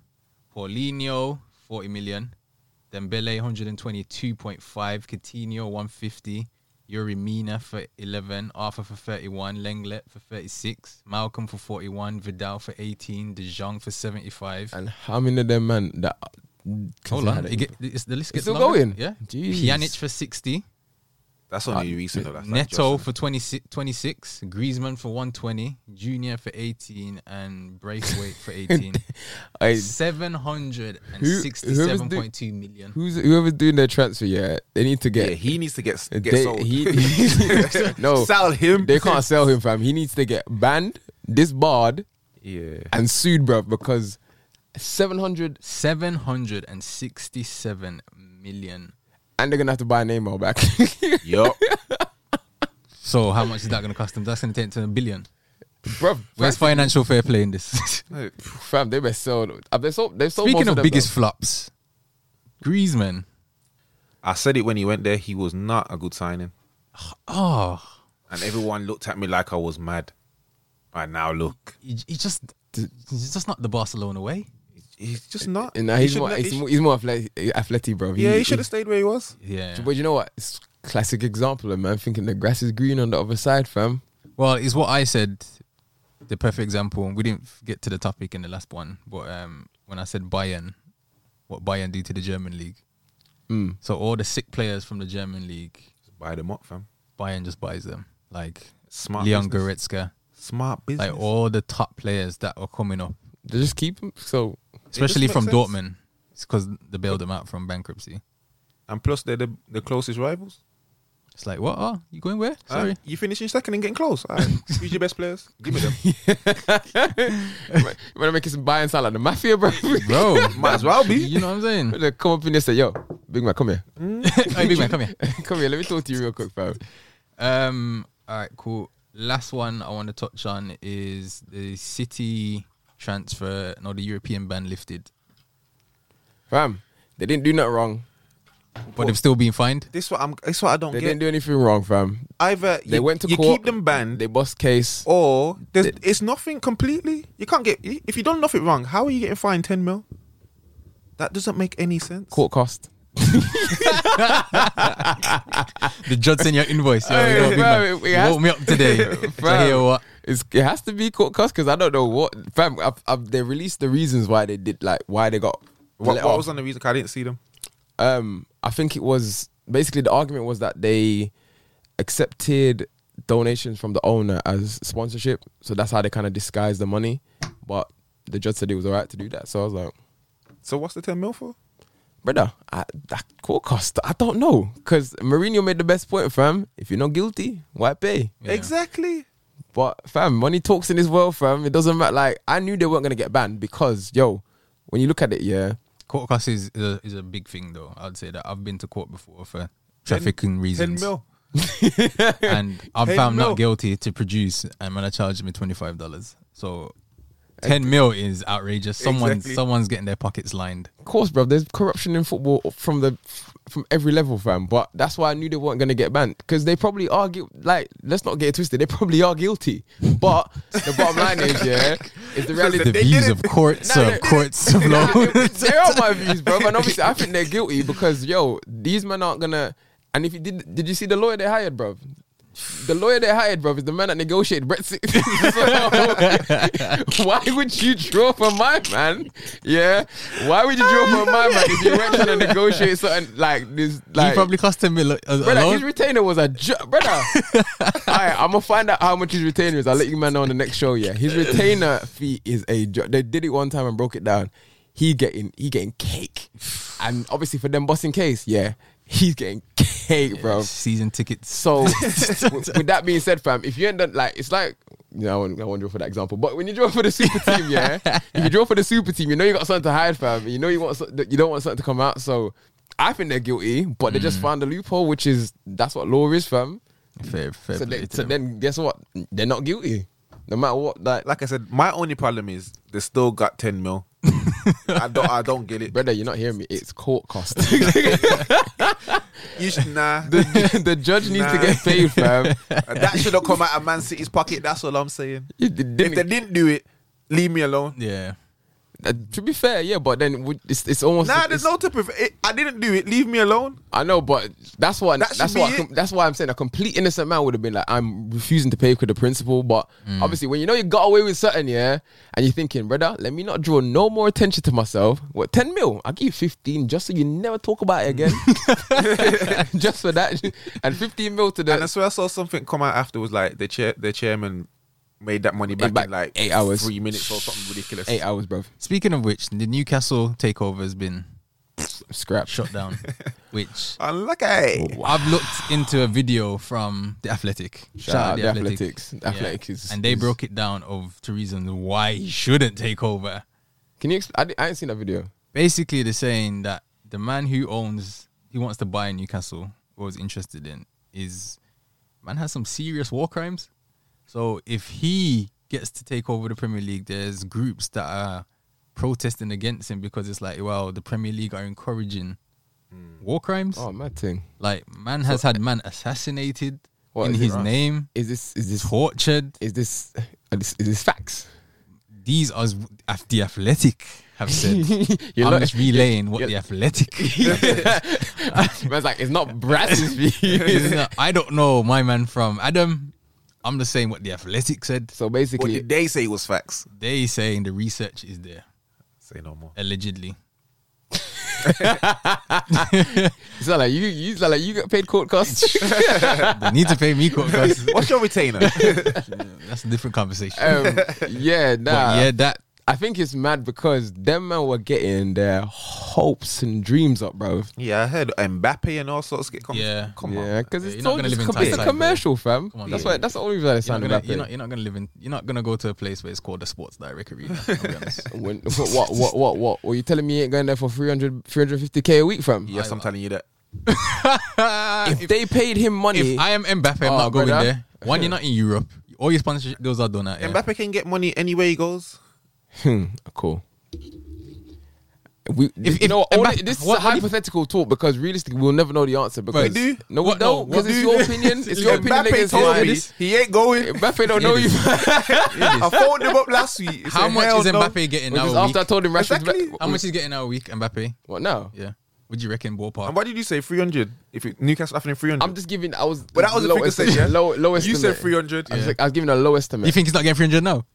A: Paulinho, 40 million, Dembele, 122.5, Coutinho, 150, Yuri Mina for 11, Arthur for 31, Lenglet for 36, Malcolm for 41, Vidal for 18, De Jong for 75.
C: and how many of them man that
A: Hold on, it get, it's, the list gets
C: still
A: longer.
C: going?
A: Yeah,
C: Jeez.
A: Pjanic for sixty,
B: That's
C: Uh,
B: only recent. though. That's like
A: Neto
B: just-
A: for 26, 26, Griezmann for one twenty, Junior for eighteen, and Braithwaite for eighteen.
C: I,
A: Seven hundred and
C: Who- whoever's
A: sixty-seven point two million.
C: who's whoever's doing their transfer? Yeah, they need to
B: yeah,
C: get.
B: he needs to get get
C: they,
B: sold.
C: he- no,
B: Sell him.
C: They can't sell him, fam. He needs to get banned, disbarred,
B: yeah,
C: and sued, bruv, because seven hundred,
A: Seven hundred and sixty-seven million.
C: and they're gonna have to buy Neymar back.
B: yup.
A: So how much is that going to cost them? That's going to take to a billion.
C: bruv,
A: Where's financial fair play in this?
C: Fam, they uh, best sold. Have they sold? They've sold.
A: Speaking
C: most
A: of
C: them,
A: biggest
C: though.
A: flops, Griezmann.
B: I said it when he went there. He was not a good signing,
A: Oh,
B: and everyone looked at me like I was mad. And now look,
A: he, he just, he's just not the Barcelona way.
B: he's just not.
C: and now
B: He
C: he's
B: should
C: more,
B: not-
C: he's
B: he
C: more, he's more athletic, athletic bro.
B: sh- yeah, he should have stayed where he was.
A: Yeah.
C: But you know what? It's classic example of man thinking the grass is green on the other side, fam.
A: Well, it's what I said. The perfect example. We didn't get to the topic in the last one, but um, when I said Bayern, what Bayern do to the German league?
B: Hmm.
C: Mm.
A: So all the sick players from the German league,
B: Just buy them up, fam. Buy
A: Bayern just buys them. Like
B: smart.
A: Leon
B: business.
A: Goretzka,
B: Smart business.
A: like all the top players that are coming up,
C: They just keep him. So
A: especially
B: makes
A: from
B: sense.
A: Dortmund. It's because they bailed them out from bankruptcy.
B: and plus, they're the, the closest rivals.
A: It's like, what? Oh, you going where?
B: Huh?
A: Sorry.
B: you finishing second and getting close. All right. Who's your best players? Give me them.
C: you wanna make it some buying sound like the mafia, bro?
A: Bro,
B: Might as well be.
A: you know what I'm saying?
C: they come up in there say, "Yo, big man, come here,
A: hey, big man, come here.
C: come here. Let me talk to you real quick, fam."
A: Um. All right. Cool. Last one I want to touch on is the City transfer. No, the European ban lifted,
C: Fam, they didn't do nothing wrong.
A: but they've still been fined.
B: This what I'm. This what I don't
C: They
B: get.
C: didn't do anything wrong, fam.
B: Either
C: They
B: you,
C: went to
B: you
C: court.
B: keep them banned, Oh.
C: They bust case.
B: or there's, it's nothing completely. You can't get if you done nothing wrong. How are you getting fined ten mil? That doesn't make any sense.
C: Court cost.
A: The judge sent your invoice. Yo,
C: Hey,
A: you know, big man,
C: bro, it- it
A: you
C: has-
A: woke me up today. so
C: Fam,
A: here what?
C: It's, it has to be court cost because I don't know what fam. I've, I've, they released the reasons why they did like why they got.
B: What,
C: let
B: what
C: off.
B: was on the reason? 'Cause I didn't see them.
C: um, I think it was basically the argument was that they accepted donations from the owner as sponsorship, so that's how they kind of disguised the money. But the judge said it was alright to do that, so I was like,
B: So what's the ten mil for?
C: brother, I, that court cost. I don't know because Mourinho made the best point, fam. If you're not guilty, why pay?
B: Exactly.
C: But fam, money talks in this world, fam. It doesn't matter. Like I knew they weren't gonna get banned because yo, when you look at it, yeah,
A: court costs is is a, is a big thing though. I'd say that I've been to court before for trafficking
B: Ten
A: reasons,
B: mil.
A: and I'm
B: 10
A: found
B: mil.
A: not guilty to produce, and when I charged me twenty five dollars, so ten mil is outrageous. Someone
B: Exactly.
A: someone's getting their pockets lined.
C: Of course, bro. There's corruption in football from the from every level, fam. But that's why I knew they weren't gonna get banned because they probably are guil- like let's not get it twisted. They probably are guilty. But the bottom line is, yeah, is the reality.
A: The
B: They
A: views
B: did
A: of courts
C: No,
A: of
C: they-
A: courts of law.
C: they are my views, bro. And obviously, I think they're guilty because yo, these men aren't gonna. And if you did, did you see the lawyer they hired, bro? The lawyer they hired, bro, is the man that negotiated Brexit. So, why would you draw for my man? Yeah, why would you draw for my man if you went trying to negotiate something like this? Like,
A: he probably cost ten mil a- a-
C: brother,
A: alone.
C: his retainer was a ju- brother. All right, I'm gonna find out how much his retainer is. I'll let you man know on the next show. Yeah, his retainer fee is a. Ju- they did it one time and broke it down. He getting he getting cake, and obviously for them busting case, yeah, he's getting cake, bro.
A: Season tickets.
C: So with, with that being said, fam, if you end up like it's like you know, I won't, I won't draw for that example, but when you draw for the super team, yeah, if you draw for the super team, you know you got something to hide, fam. You know you want so- that you don't want something to come out, so I think they're guilty, but they
B: Mm.
C: just found a loophole, which is that's what law is, fam.
A: Fair, fair
C: So,
A: play
C: they,
A: to
C: so
A: them.
C: then guess what? They're not guilty, no matter what. Like,
B: Like I said, my only problem is they still got ten mil. I don't. I don't get it.
C: brother, you're not hearing me. It's court cost. the,
B: You should, nah.
C: the judge needs to
B: Nah.
C: get paid, fam.
B: that should have come out of Man City's pocket. That's all I'm saying.
C: You d- didn't-
B: If they didn't do it, leave me alone.
A: yeah.
C: uh, to be fair, yeah, but then would- it's, it's almost
B: Nah,
C: it's-
B: there's no tip. If it, I didn't do it, leave me alone.
C: I know, but that's why
B: That should
C: that's
B: be
C: why I
B: it.
C: com- that's why I'm saying a complete innocent man would have been like, I'm refusing to pay for the principal. But
A: Mm.
C: obviously, when you know you got away with certain, yeah, and you're thinking, brother, let me not draw no more attention to myself. What ten mil? I'll give you fifteen just so you never talk about it again. just for that, and fifteen mil to the
B: And I swear I saw something come out afterwards. Like the chair, the chairman made that money back,
C: back
B: in like
C: eight hours.
B: three minutes or something ridiculous.
C: eight hours, bro.
A: Speaking of which, the Newcastle takeover has been
C: Scrap.
A: shut down, which
B: Unlucky.
C: Oh,
A: I've looked into a video from the Athletic.
C: Shout out The Athletics. The Athletic is-
A: and they
C: is-
A: broke it down of to reasons why he shouldn't take over.
C: Can you? Exp- I, di- I ain't seen that video.
A: Basically, they're saying that the man who owns, he wants to buy Newcastle or is interested in, is man has some serious war crimes. So if he gets to take over the Premier League, there's groups that are protesting against him because it's like, well, the Premier League are encouraging war crimes.
C: Oh, mad thing.
A: Like man has had man assassinated
C: What,
A: in
C: is it
A: his
C: right?
A: name,
C: Is this? Is this?
A: tortured.
C: Is this? Is this, is this facts?
A: These are af- the athletic have said.
C: You're
A: I'm
C: not-
A: just relaying what
C: you're-
A: the athletic.
C: Man's like, it's not Brass's
A: is. I don't know my man from Adam. I'm just saying what the athletic said.
C: So
B: What
C: basically,
B: did they say was facts?
A: They saying the research is there
B: Say no more.
A: allegedly.
C: it's not like you, you it's not like you get paid court costs.
A: They need to pay me court costs.
B: What's your retainer?
A: That's a different conversation.
C: um, yeah,
A: but
C: nah.
A: yeah, that
C: I think it's mad because them men were getting their hopes and dreams up, bro.
B: yeah, I heard Mbappe and all sorts get come.
A: Yeah.
B: come
C: yeah, because
A: Yeah,
C: it's,
A: you're
C: so
A: not gonna
C: just
A: live in
C: com- it's a
A: Thailand, bro.
C: commercial, fam.
A: Come on,
C: that's
A: bro.
C: why. That's the only reason I
A: you're
C: signed
A: not,
C: about
A: gonna,
C: it.
A: you're, not, you're not gonna live in. You're not gonna go to a place where it's called the Sports Direct Arena. I'll be honest.
C: When, what, what, what, what, what? Were you telling me you ain't going there for 300, 350k a week,
B: on.
C: fam?
B: Yes, I'm telling you that.
C: If, they paid him money,
A: If I am Mbappe, I'm
C: Oh,
A: not going
C: brother.
A: there. One, you're not in Europe. All your sponsorship deals are done out here.
B: Mbappe can get money anywhere he goes.
C: Hmm, cool. We,
A: If-
C: you know,
A: if-
C: only,
A: Mbappe-
C: this is
A: what-
C: a
A: what if-
C: hypothetical talk because realistically, we'll never know the answer. Because
B: do?
C: no, we
A: What- no,
C: don't.
A: what
C: Because it's
A: do?
C: your opinion. It's your opinion.
B: Mbappe
C: against
B: told
C: mine.
B: me he ain't going.
C: Mbappe don't know you.
B: I phoned him up last week. He
A: How
B: said,
A: much
B: "Hell
A: is
B: no."
A: Mbappe getting
C: Which
A: now?
C: is
A: a
C: after I
A: week?
C: told him Rashford's
B: Exactly.
C: back.
A: How much is getting now a week, Mbappe?
C: What now?
A: Yeah. Would you reckon ballpark?
B: And why did you say 300? If it, Newcastle offering 300.
C: I'm just giving. I was.
B: but that was a figure
C: lowest,
B: said, yeah?
C: low, lowest.
B: You said
C: estimate.
B: 300.
C: I was, like, I was giving a low estimate.
A: you think he's not getting 300 now?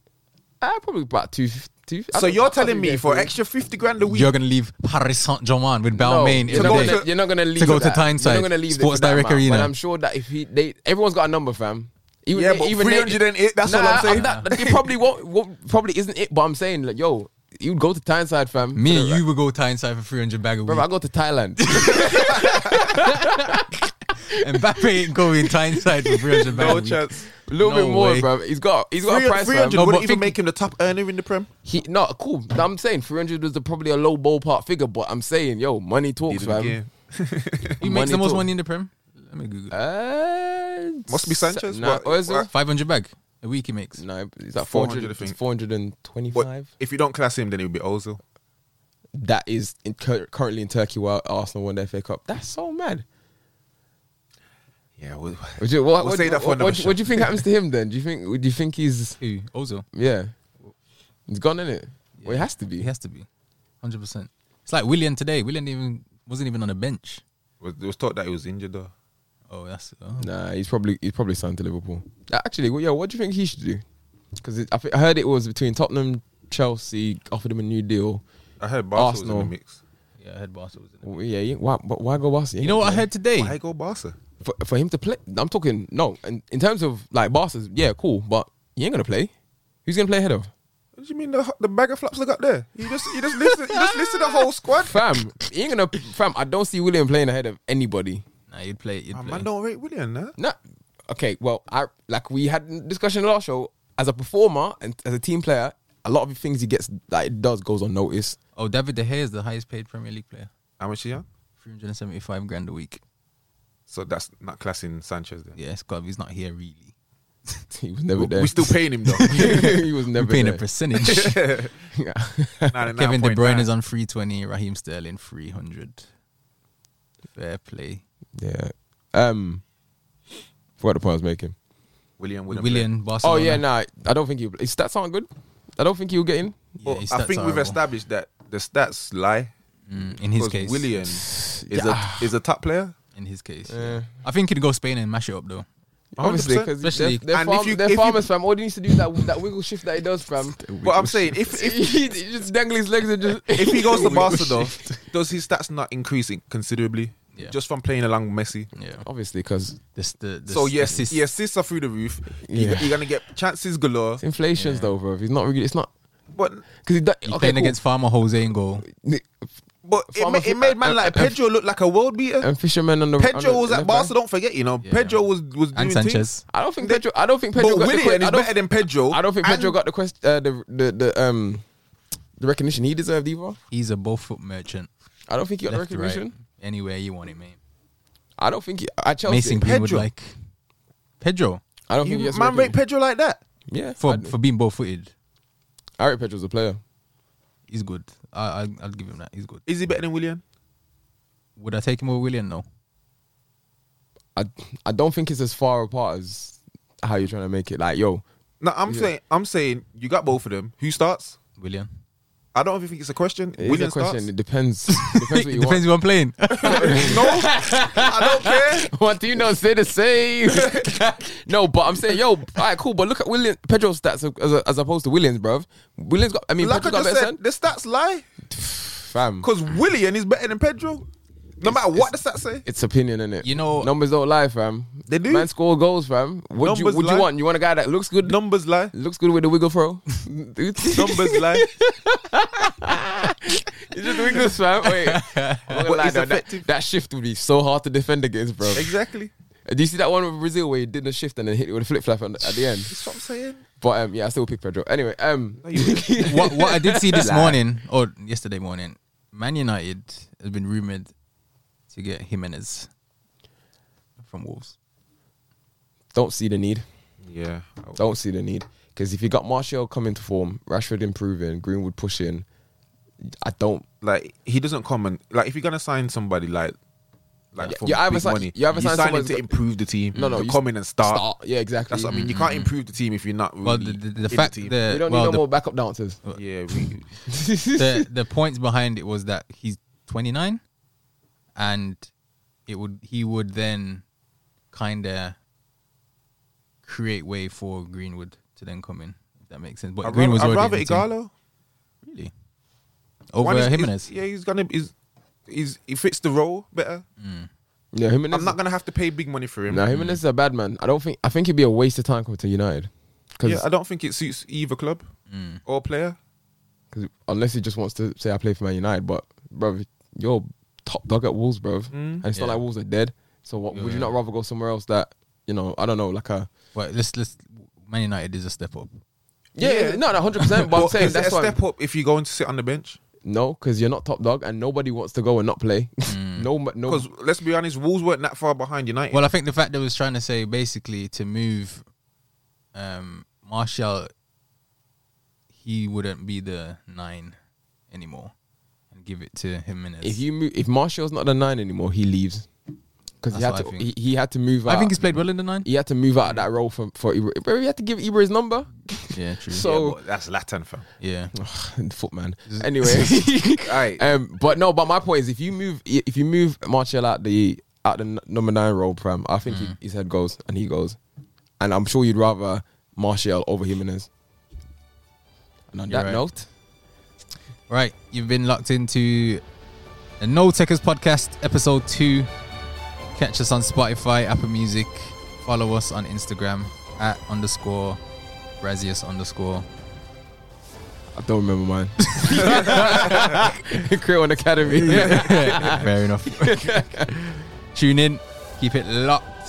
C: I probably about two. two I
B: So
C: don't- I
B: you're
C: don't
B: telling
C: think
B: me
C: they're
B: for
C: free.
B: extra 50 grand a week?
A: You're going to leave Paris Saint Germain with
C: No,
A: Balmain
C: you're,
A: every
C: not
A: day.
C: gonna, you're not gonna leave
A: go to
C: for that.
A: Tyneside,
C: You're not gonna leave it
A: Sports
C: for that
A: Direct
C: amount,
A: Arena.
C: But I'm sure that if he, they, everyone's got a number, fam. Even
B: Yeah, but
C: even they-
B: 308, that's all I'm saying.
C: not- it probably won't, won't. Probably isn't it. But I'm saying, like, yo, you go to Tyneside, fam.
A: Me and you would go Tyneside for 300 bag a
C: Bro, I
A: week.
C: go to Thailand.
A: Mbappe ain't going Tyneside for 300 bag a
B: No
A: week.
B: chance.
C: a little
A: No
C: bit more,
A: way.
C: bruv. He's got he's got a price.
B: Three hundred
C: fam.
A: No,
B: wouldn't
A: but
B: even
A: think-
B: make him the top earner in the prem.
C: He no cool. No, I'm saying 300 was the, probably a low ballpark figure, but I'm saying yo, money talks, man.
A: Who makes the most
C: talk.
A: money in the Prem? Let me Google.
C: Uh,
B: Must be Sanchez,
C: Nah,
B: but-
C: Ozil.
B: but-
A: Five hundred bag a week he makes.
C: No, is
B: 400,
C: that 400?
B: I think.
C: 425.
B: But if you don't class him, then it would be Ozil.
C: that is in, cur- currently in Turkey while Arsenal won the FA Cup. That's so mad.
B: Yeah, well,
C: Would you, what,
B: We'll
C: what,
B: save
C: do-
B: that for
C: what-
B: another
C: what do- what do you
B: show.
C: think happens to him then? Do you think do you think he's
A: Who? Ozil.
C: yeah, he's gone in it? Well, he has to be.
A: He has to be, hundred percent. It's like William today. William even wasn't even on a bench.
B: was- there was thought that he was injured though.
A: Oh, that's oh.
C: Nah, he's probably he's probably signed to Liverpool. Uh, Actually, well, yeah, what do you think he should do? Because I, thi- I heard it was between Tottenham, Chelsea offered him a new deal.
B: I heard Barca was
C: Arsenal.
B: in the mix.
A: yeah. I heard Barca was in it.
C: Well, yeah, he- why, but why go Barca?
A: You know what I heard today?
B: Why go Barca?
C: For, for him to play, I'm talking no. In, in terms of like Barca's, yeah, cool, but he ain't gonna play. Who's gonna play ahead of?
B: What do you mean the the bag of flaps they got there? You just you just listed you just listed the whole squad.
C: Fam, he ain't gonna. Fam, I don't see William playing ahead of anybody.
A: Nah, you'd play. You'd
B: My
A: play.
B: man don't rate William, nah.
C: No. Okay, well, I like we had a discussion in the last show. As a performer and as a team player, a lot of the things he gets that it does goes unnoticed.
A: Oh, David De Gea is the highest paid Premier League player.
B: How much he on?
A: Three hundred and seventy-five grand a week.
B: So that's not classing Sanchez then.
A: Yeah, it's got. He's not here really.
C: He was never
B: We-
C: there.
B: We still paying him though.
C: he was
A: We're
C: never
A: paying
C: there.
A: a percentage. Kevin De Bruyne is on 320, Raheem Sterling 300. Fair play.
C: yeah. Um, forgot the point I was making.
B: William. William.
A: William
C: Oh
A: Barcelona.
C: yeah, nah. I don't think he. His stats aren't good. I don't think he'll get in.
A: Yeah, his
B: I
A: stats
B: think
A: are
B: we've
A: horrible.
B: established that the stats lie.
A: Mm, in his
B: because
A: case.
B: William is a is a top player.
A: In his case.
C: Yeah.
A: I think he'd go Spain and mash it up though.
C: Obviously,
B: 100%.
C: because
A: Especially-
C: they're, they're
B: And if
C: farm-
B: you-
C: they're
B: if you-
C: farmers, fam. All he needs to do is that that wiggle shift that he does, fam.
B: But I'm saying if if,
C: he, he just dangle his legs and just.
B: if he goes to Barca though, does his stats not increase in- considerably?
A: Yeah.
B: Just from playing along Messi.
A: Yeah.
C: Obviously, because
A: This, the, the
B: so yes,
A: assists.
B: yes, assists are through the roof. You-
C: Yeah.
B: You're gonna get chances galore.
C: it's inflation's though, bro. He's not really. It's not
B: But
C: because he. do-
A: He's
C: okay,
A: playing
C: cool.
A: against Farmer Jose in goal.
C: Ni-
B: but it,
C: Farmer
B: ma- it made man
C: and-
B: like
C: and-
B: Pedro look like a world beater.
C: and fishermen on the. on the
B: Pedro was
C: left
B: at
C: back.
B: Barca. Don't forget, you know,
A: Yeah.
B: Pedro was was doing
A: And
B: Things.
A: Sanchez.
C: I don't think Pedro. I don't think Pedro.
B: but
C: got the que-
B: Willian
C: I
B: is
C: don't-
B: better than Pedro.
C: I don't think Pedro
B: And-
C: got the quest uh, the, the the um the recognition he deserved either.
A: He's a ball foot merchant.
C: I don't think he got
A: Left,
C: the
A: to right.
C: recognition.
A: Anywhere you want it, mate.
C: I don't think he, at Chelsea.
A: Mason Greenwood
B: Pedro.
A: like. Pedro.
C: I don't
B: You
C: think he gets the
B: man rate
C: recognition.
B: Pedro like that.
C: Yeah,
A: For,
C: I'd-
A: for being ball footed.
C: I rate Pedro as a player.
A: He's good. I, I, I'll give him that. He's good.
B: Is he better than William?
A: Would I take him over William? No.
C: I I don't think it's as far apart as how you're trying to make it. Like yo,
B: No, I'm saying I'm saying you got both of them. Who starts?
A: William.
B: I don't even think it's a question.
C: it is a
B: William
C: question.
B: starts.
C: It depends. depends what
A: It
C: you
A: depends who I'm playing.
B: no, I don't care.
C: want. What do you know? Say the same. no, but I'm saying yo, all right, cool. But look at William Pedro's stats as, as opposed to Williams, bruv. Williams got. I mean,
B: Like I
C: Pedro got
B: just
C: better
B: said,
C: stand-
B: the stats lie
C: Fam,
B: because William is better than Pedro. No matter what the stats say,
C: It's opinion, innit?
A: You know-
C: numbers don't lie, fam.
B: They do.
C: Man score goals, fam. What do you
B: Numbers
C: What do you
B: lie.
C: want? You want a guy that looks good,
B: numbers lie.
C: looks good with the wiggle throw. Dude, he
B: Numbers lie.
C: just wiggles, fam. Wait, I'm not gonna
B: But
C: lie,
B: it's
C: though, that,
B: effective.
C: that shift would be so hard to defend against, bro.
B: Exactly.
C: Do you see that one with Brazil where he did the shift and then hit it with a flip flap at the end?
B: That's what I'm saying.
C: But um, yeah, I still pick Pedro. Anyway, um,
A: what what I did see this morning or yesterday morning, Man United has been rumored to get Jimenez from Wolves.
C: don't see the need.
B: Yeah.
C: Don't see the need because if you got Martial coming to form, Rashford improving, Greenwood pushing, I don't
B: Like he doesn't come and like if you're gonna sign somebody like like
C: Yeah,
B: for
C: you either
B: big
C: sign-
B: money,
C: you either sign
B: sign him
C: someone
B: to
C: who's-
B: improve the team.
C: No, no,
B: to
C: you
B: come in and start.
C: Yeah, exactly.
B: Ah. That's what I mean. You can't improve the team if you're not. Really
A: Well, the the, the
B: in
A: fact
B: team.
A: the
C: We don't
A: well,
C: need no
A: the,
C: more backup dancers.
B: yeah, we,
A: the the points behind it was that he's 29, and it would he would then kind of create way for Greenwood to then come in. If that makes sense. But
B: I'd
A: Greenwood's
B: rather, I'd rather
A: already in the team.
B: Igalo.
A: really
B: One
A: over
B: is- is-
A: Jimenez.
B: Yeah, he's gonna he's, he's he fits the role better.
C: Yeah, Jimenez.
B: I'm not gonna have to pay big money for him.
C: No, Jimenez is a bad man. I don't think. I think it'd be a waste of time coming to United. Because
B: yeah, I don't think it suits either club
A: Mm.
B: or player.
C: unless he just wants to say I play for Man United, but bro, you're top dog at Wolves, bro, and it's
A: Yeah.
B: Hmm?
C: not like Wolves are dead. So what, would you
A: yeah.
C: not rather go somewhere else that you know, I don't know, like a
A: But let's let's Man United is a step up.
C: yeah,
B: Yeah.
C: yeah. no, no, hundred percent. But I'm
B: Well,
C: saying
B: is it
C: that's
B: a
C: why
B: step up if you go and sit on the bench.
C: no, because you're not top dog, and nobody wants to go and not play.
A: Hmm.
C: no, ma- no,
B: Because let's be honest, Wolves weren't that far behind United.
A: Well, I think the fact that was trying to say basically to move um, Martial, he wouldn't be the nine anymore, and give it to Jimenez.
C: if you move, if Martial's not the nine anymore, he leaves because he
A: That's
C: had
A: what I
C: to. He,
A: think.
C: he had to move. Out.
A: I think he's played well in the nine.
C: he had to move out of that role for for Ibra. Bro, He had to give Ibra his number.
A: Yeah, true.
C: So-
B: but that's Latin fam.
A: yeah,
C: Footman. Anyway,
B: Alright.
C: Um, but no, but my point is, if you move, if you move Martial out the out the n- number nine role, Prem, I think
A: Mm.
C: he, his head goes and he goes, and I'm sure you'd rather Martial over Jimenez. And on
A: You're
C: that
A: right.
C: note,
A: right. You've been locked into the No Techers podcast, episode two. Catch us on Spotify, Apple Music. Follow us on Instagram at underscore Brazius underscore.
C: I don't remember mine. Create one academy.
A: Fair enough. Tune in. Keep it locked.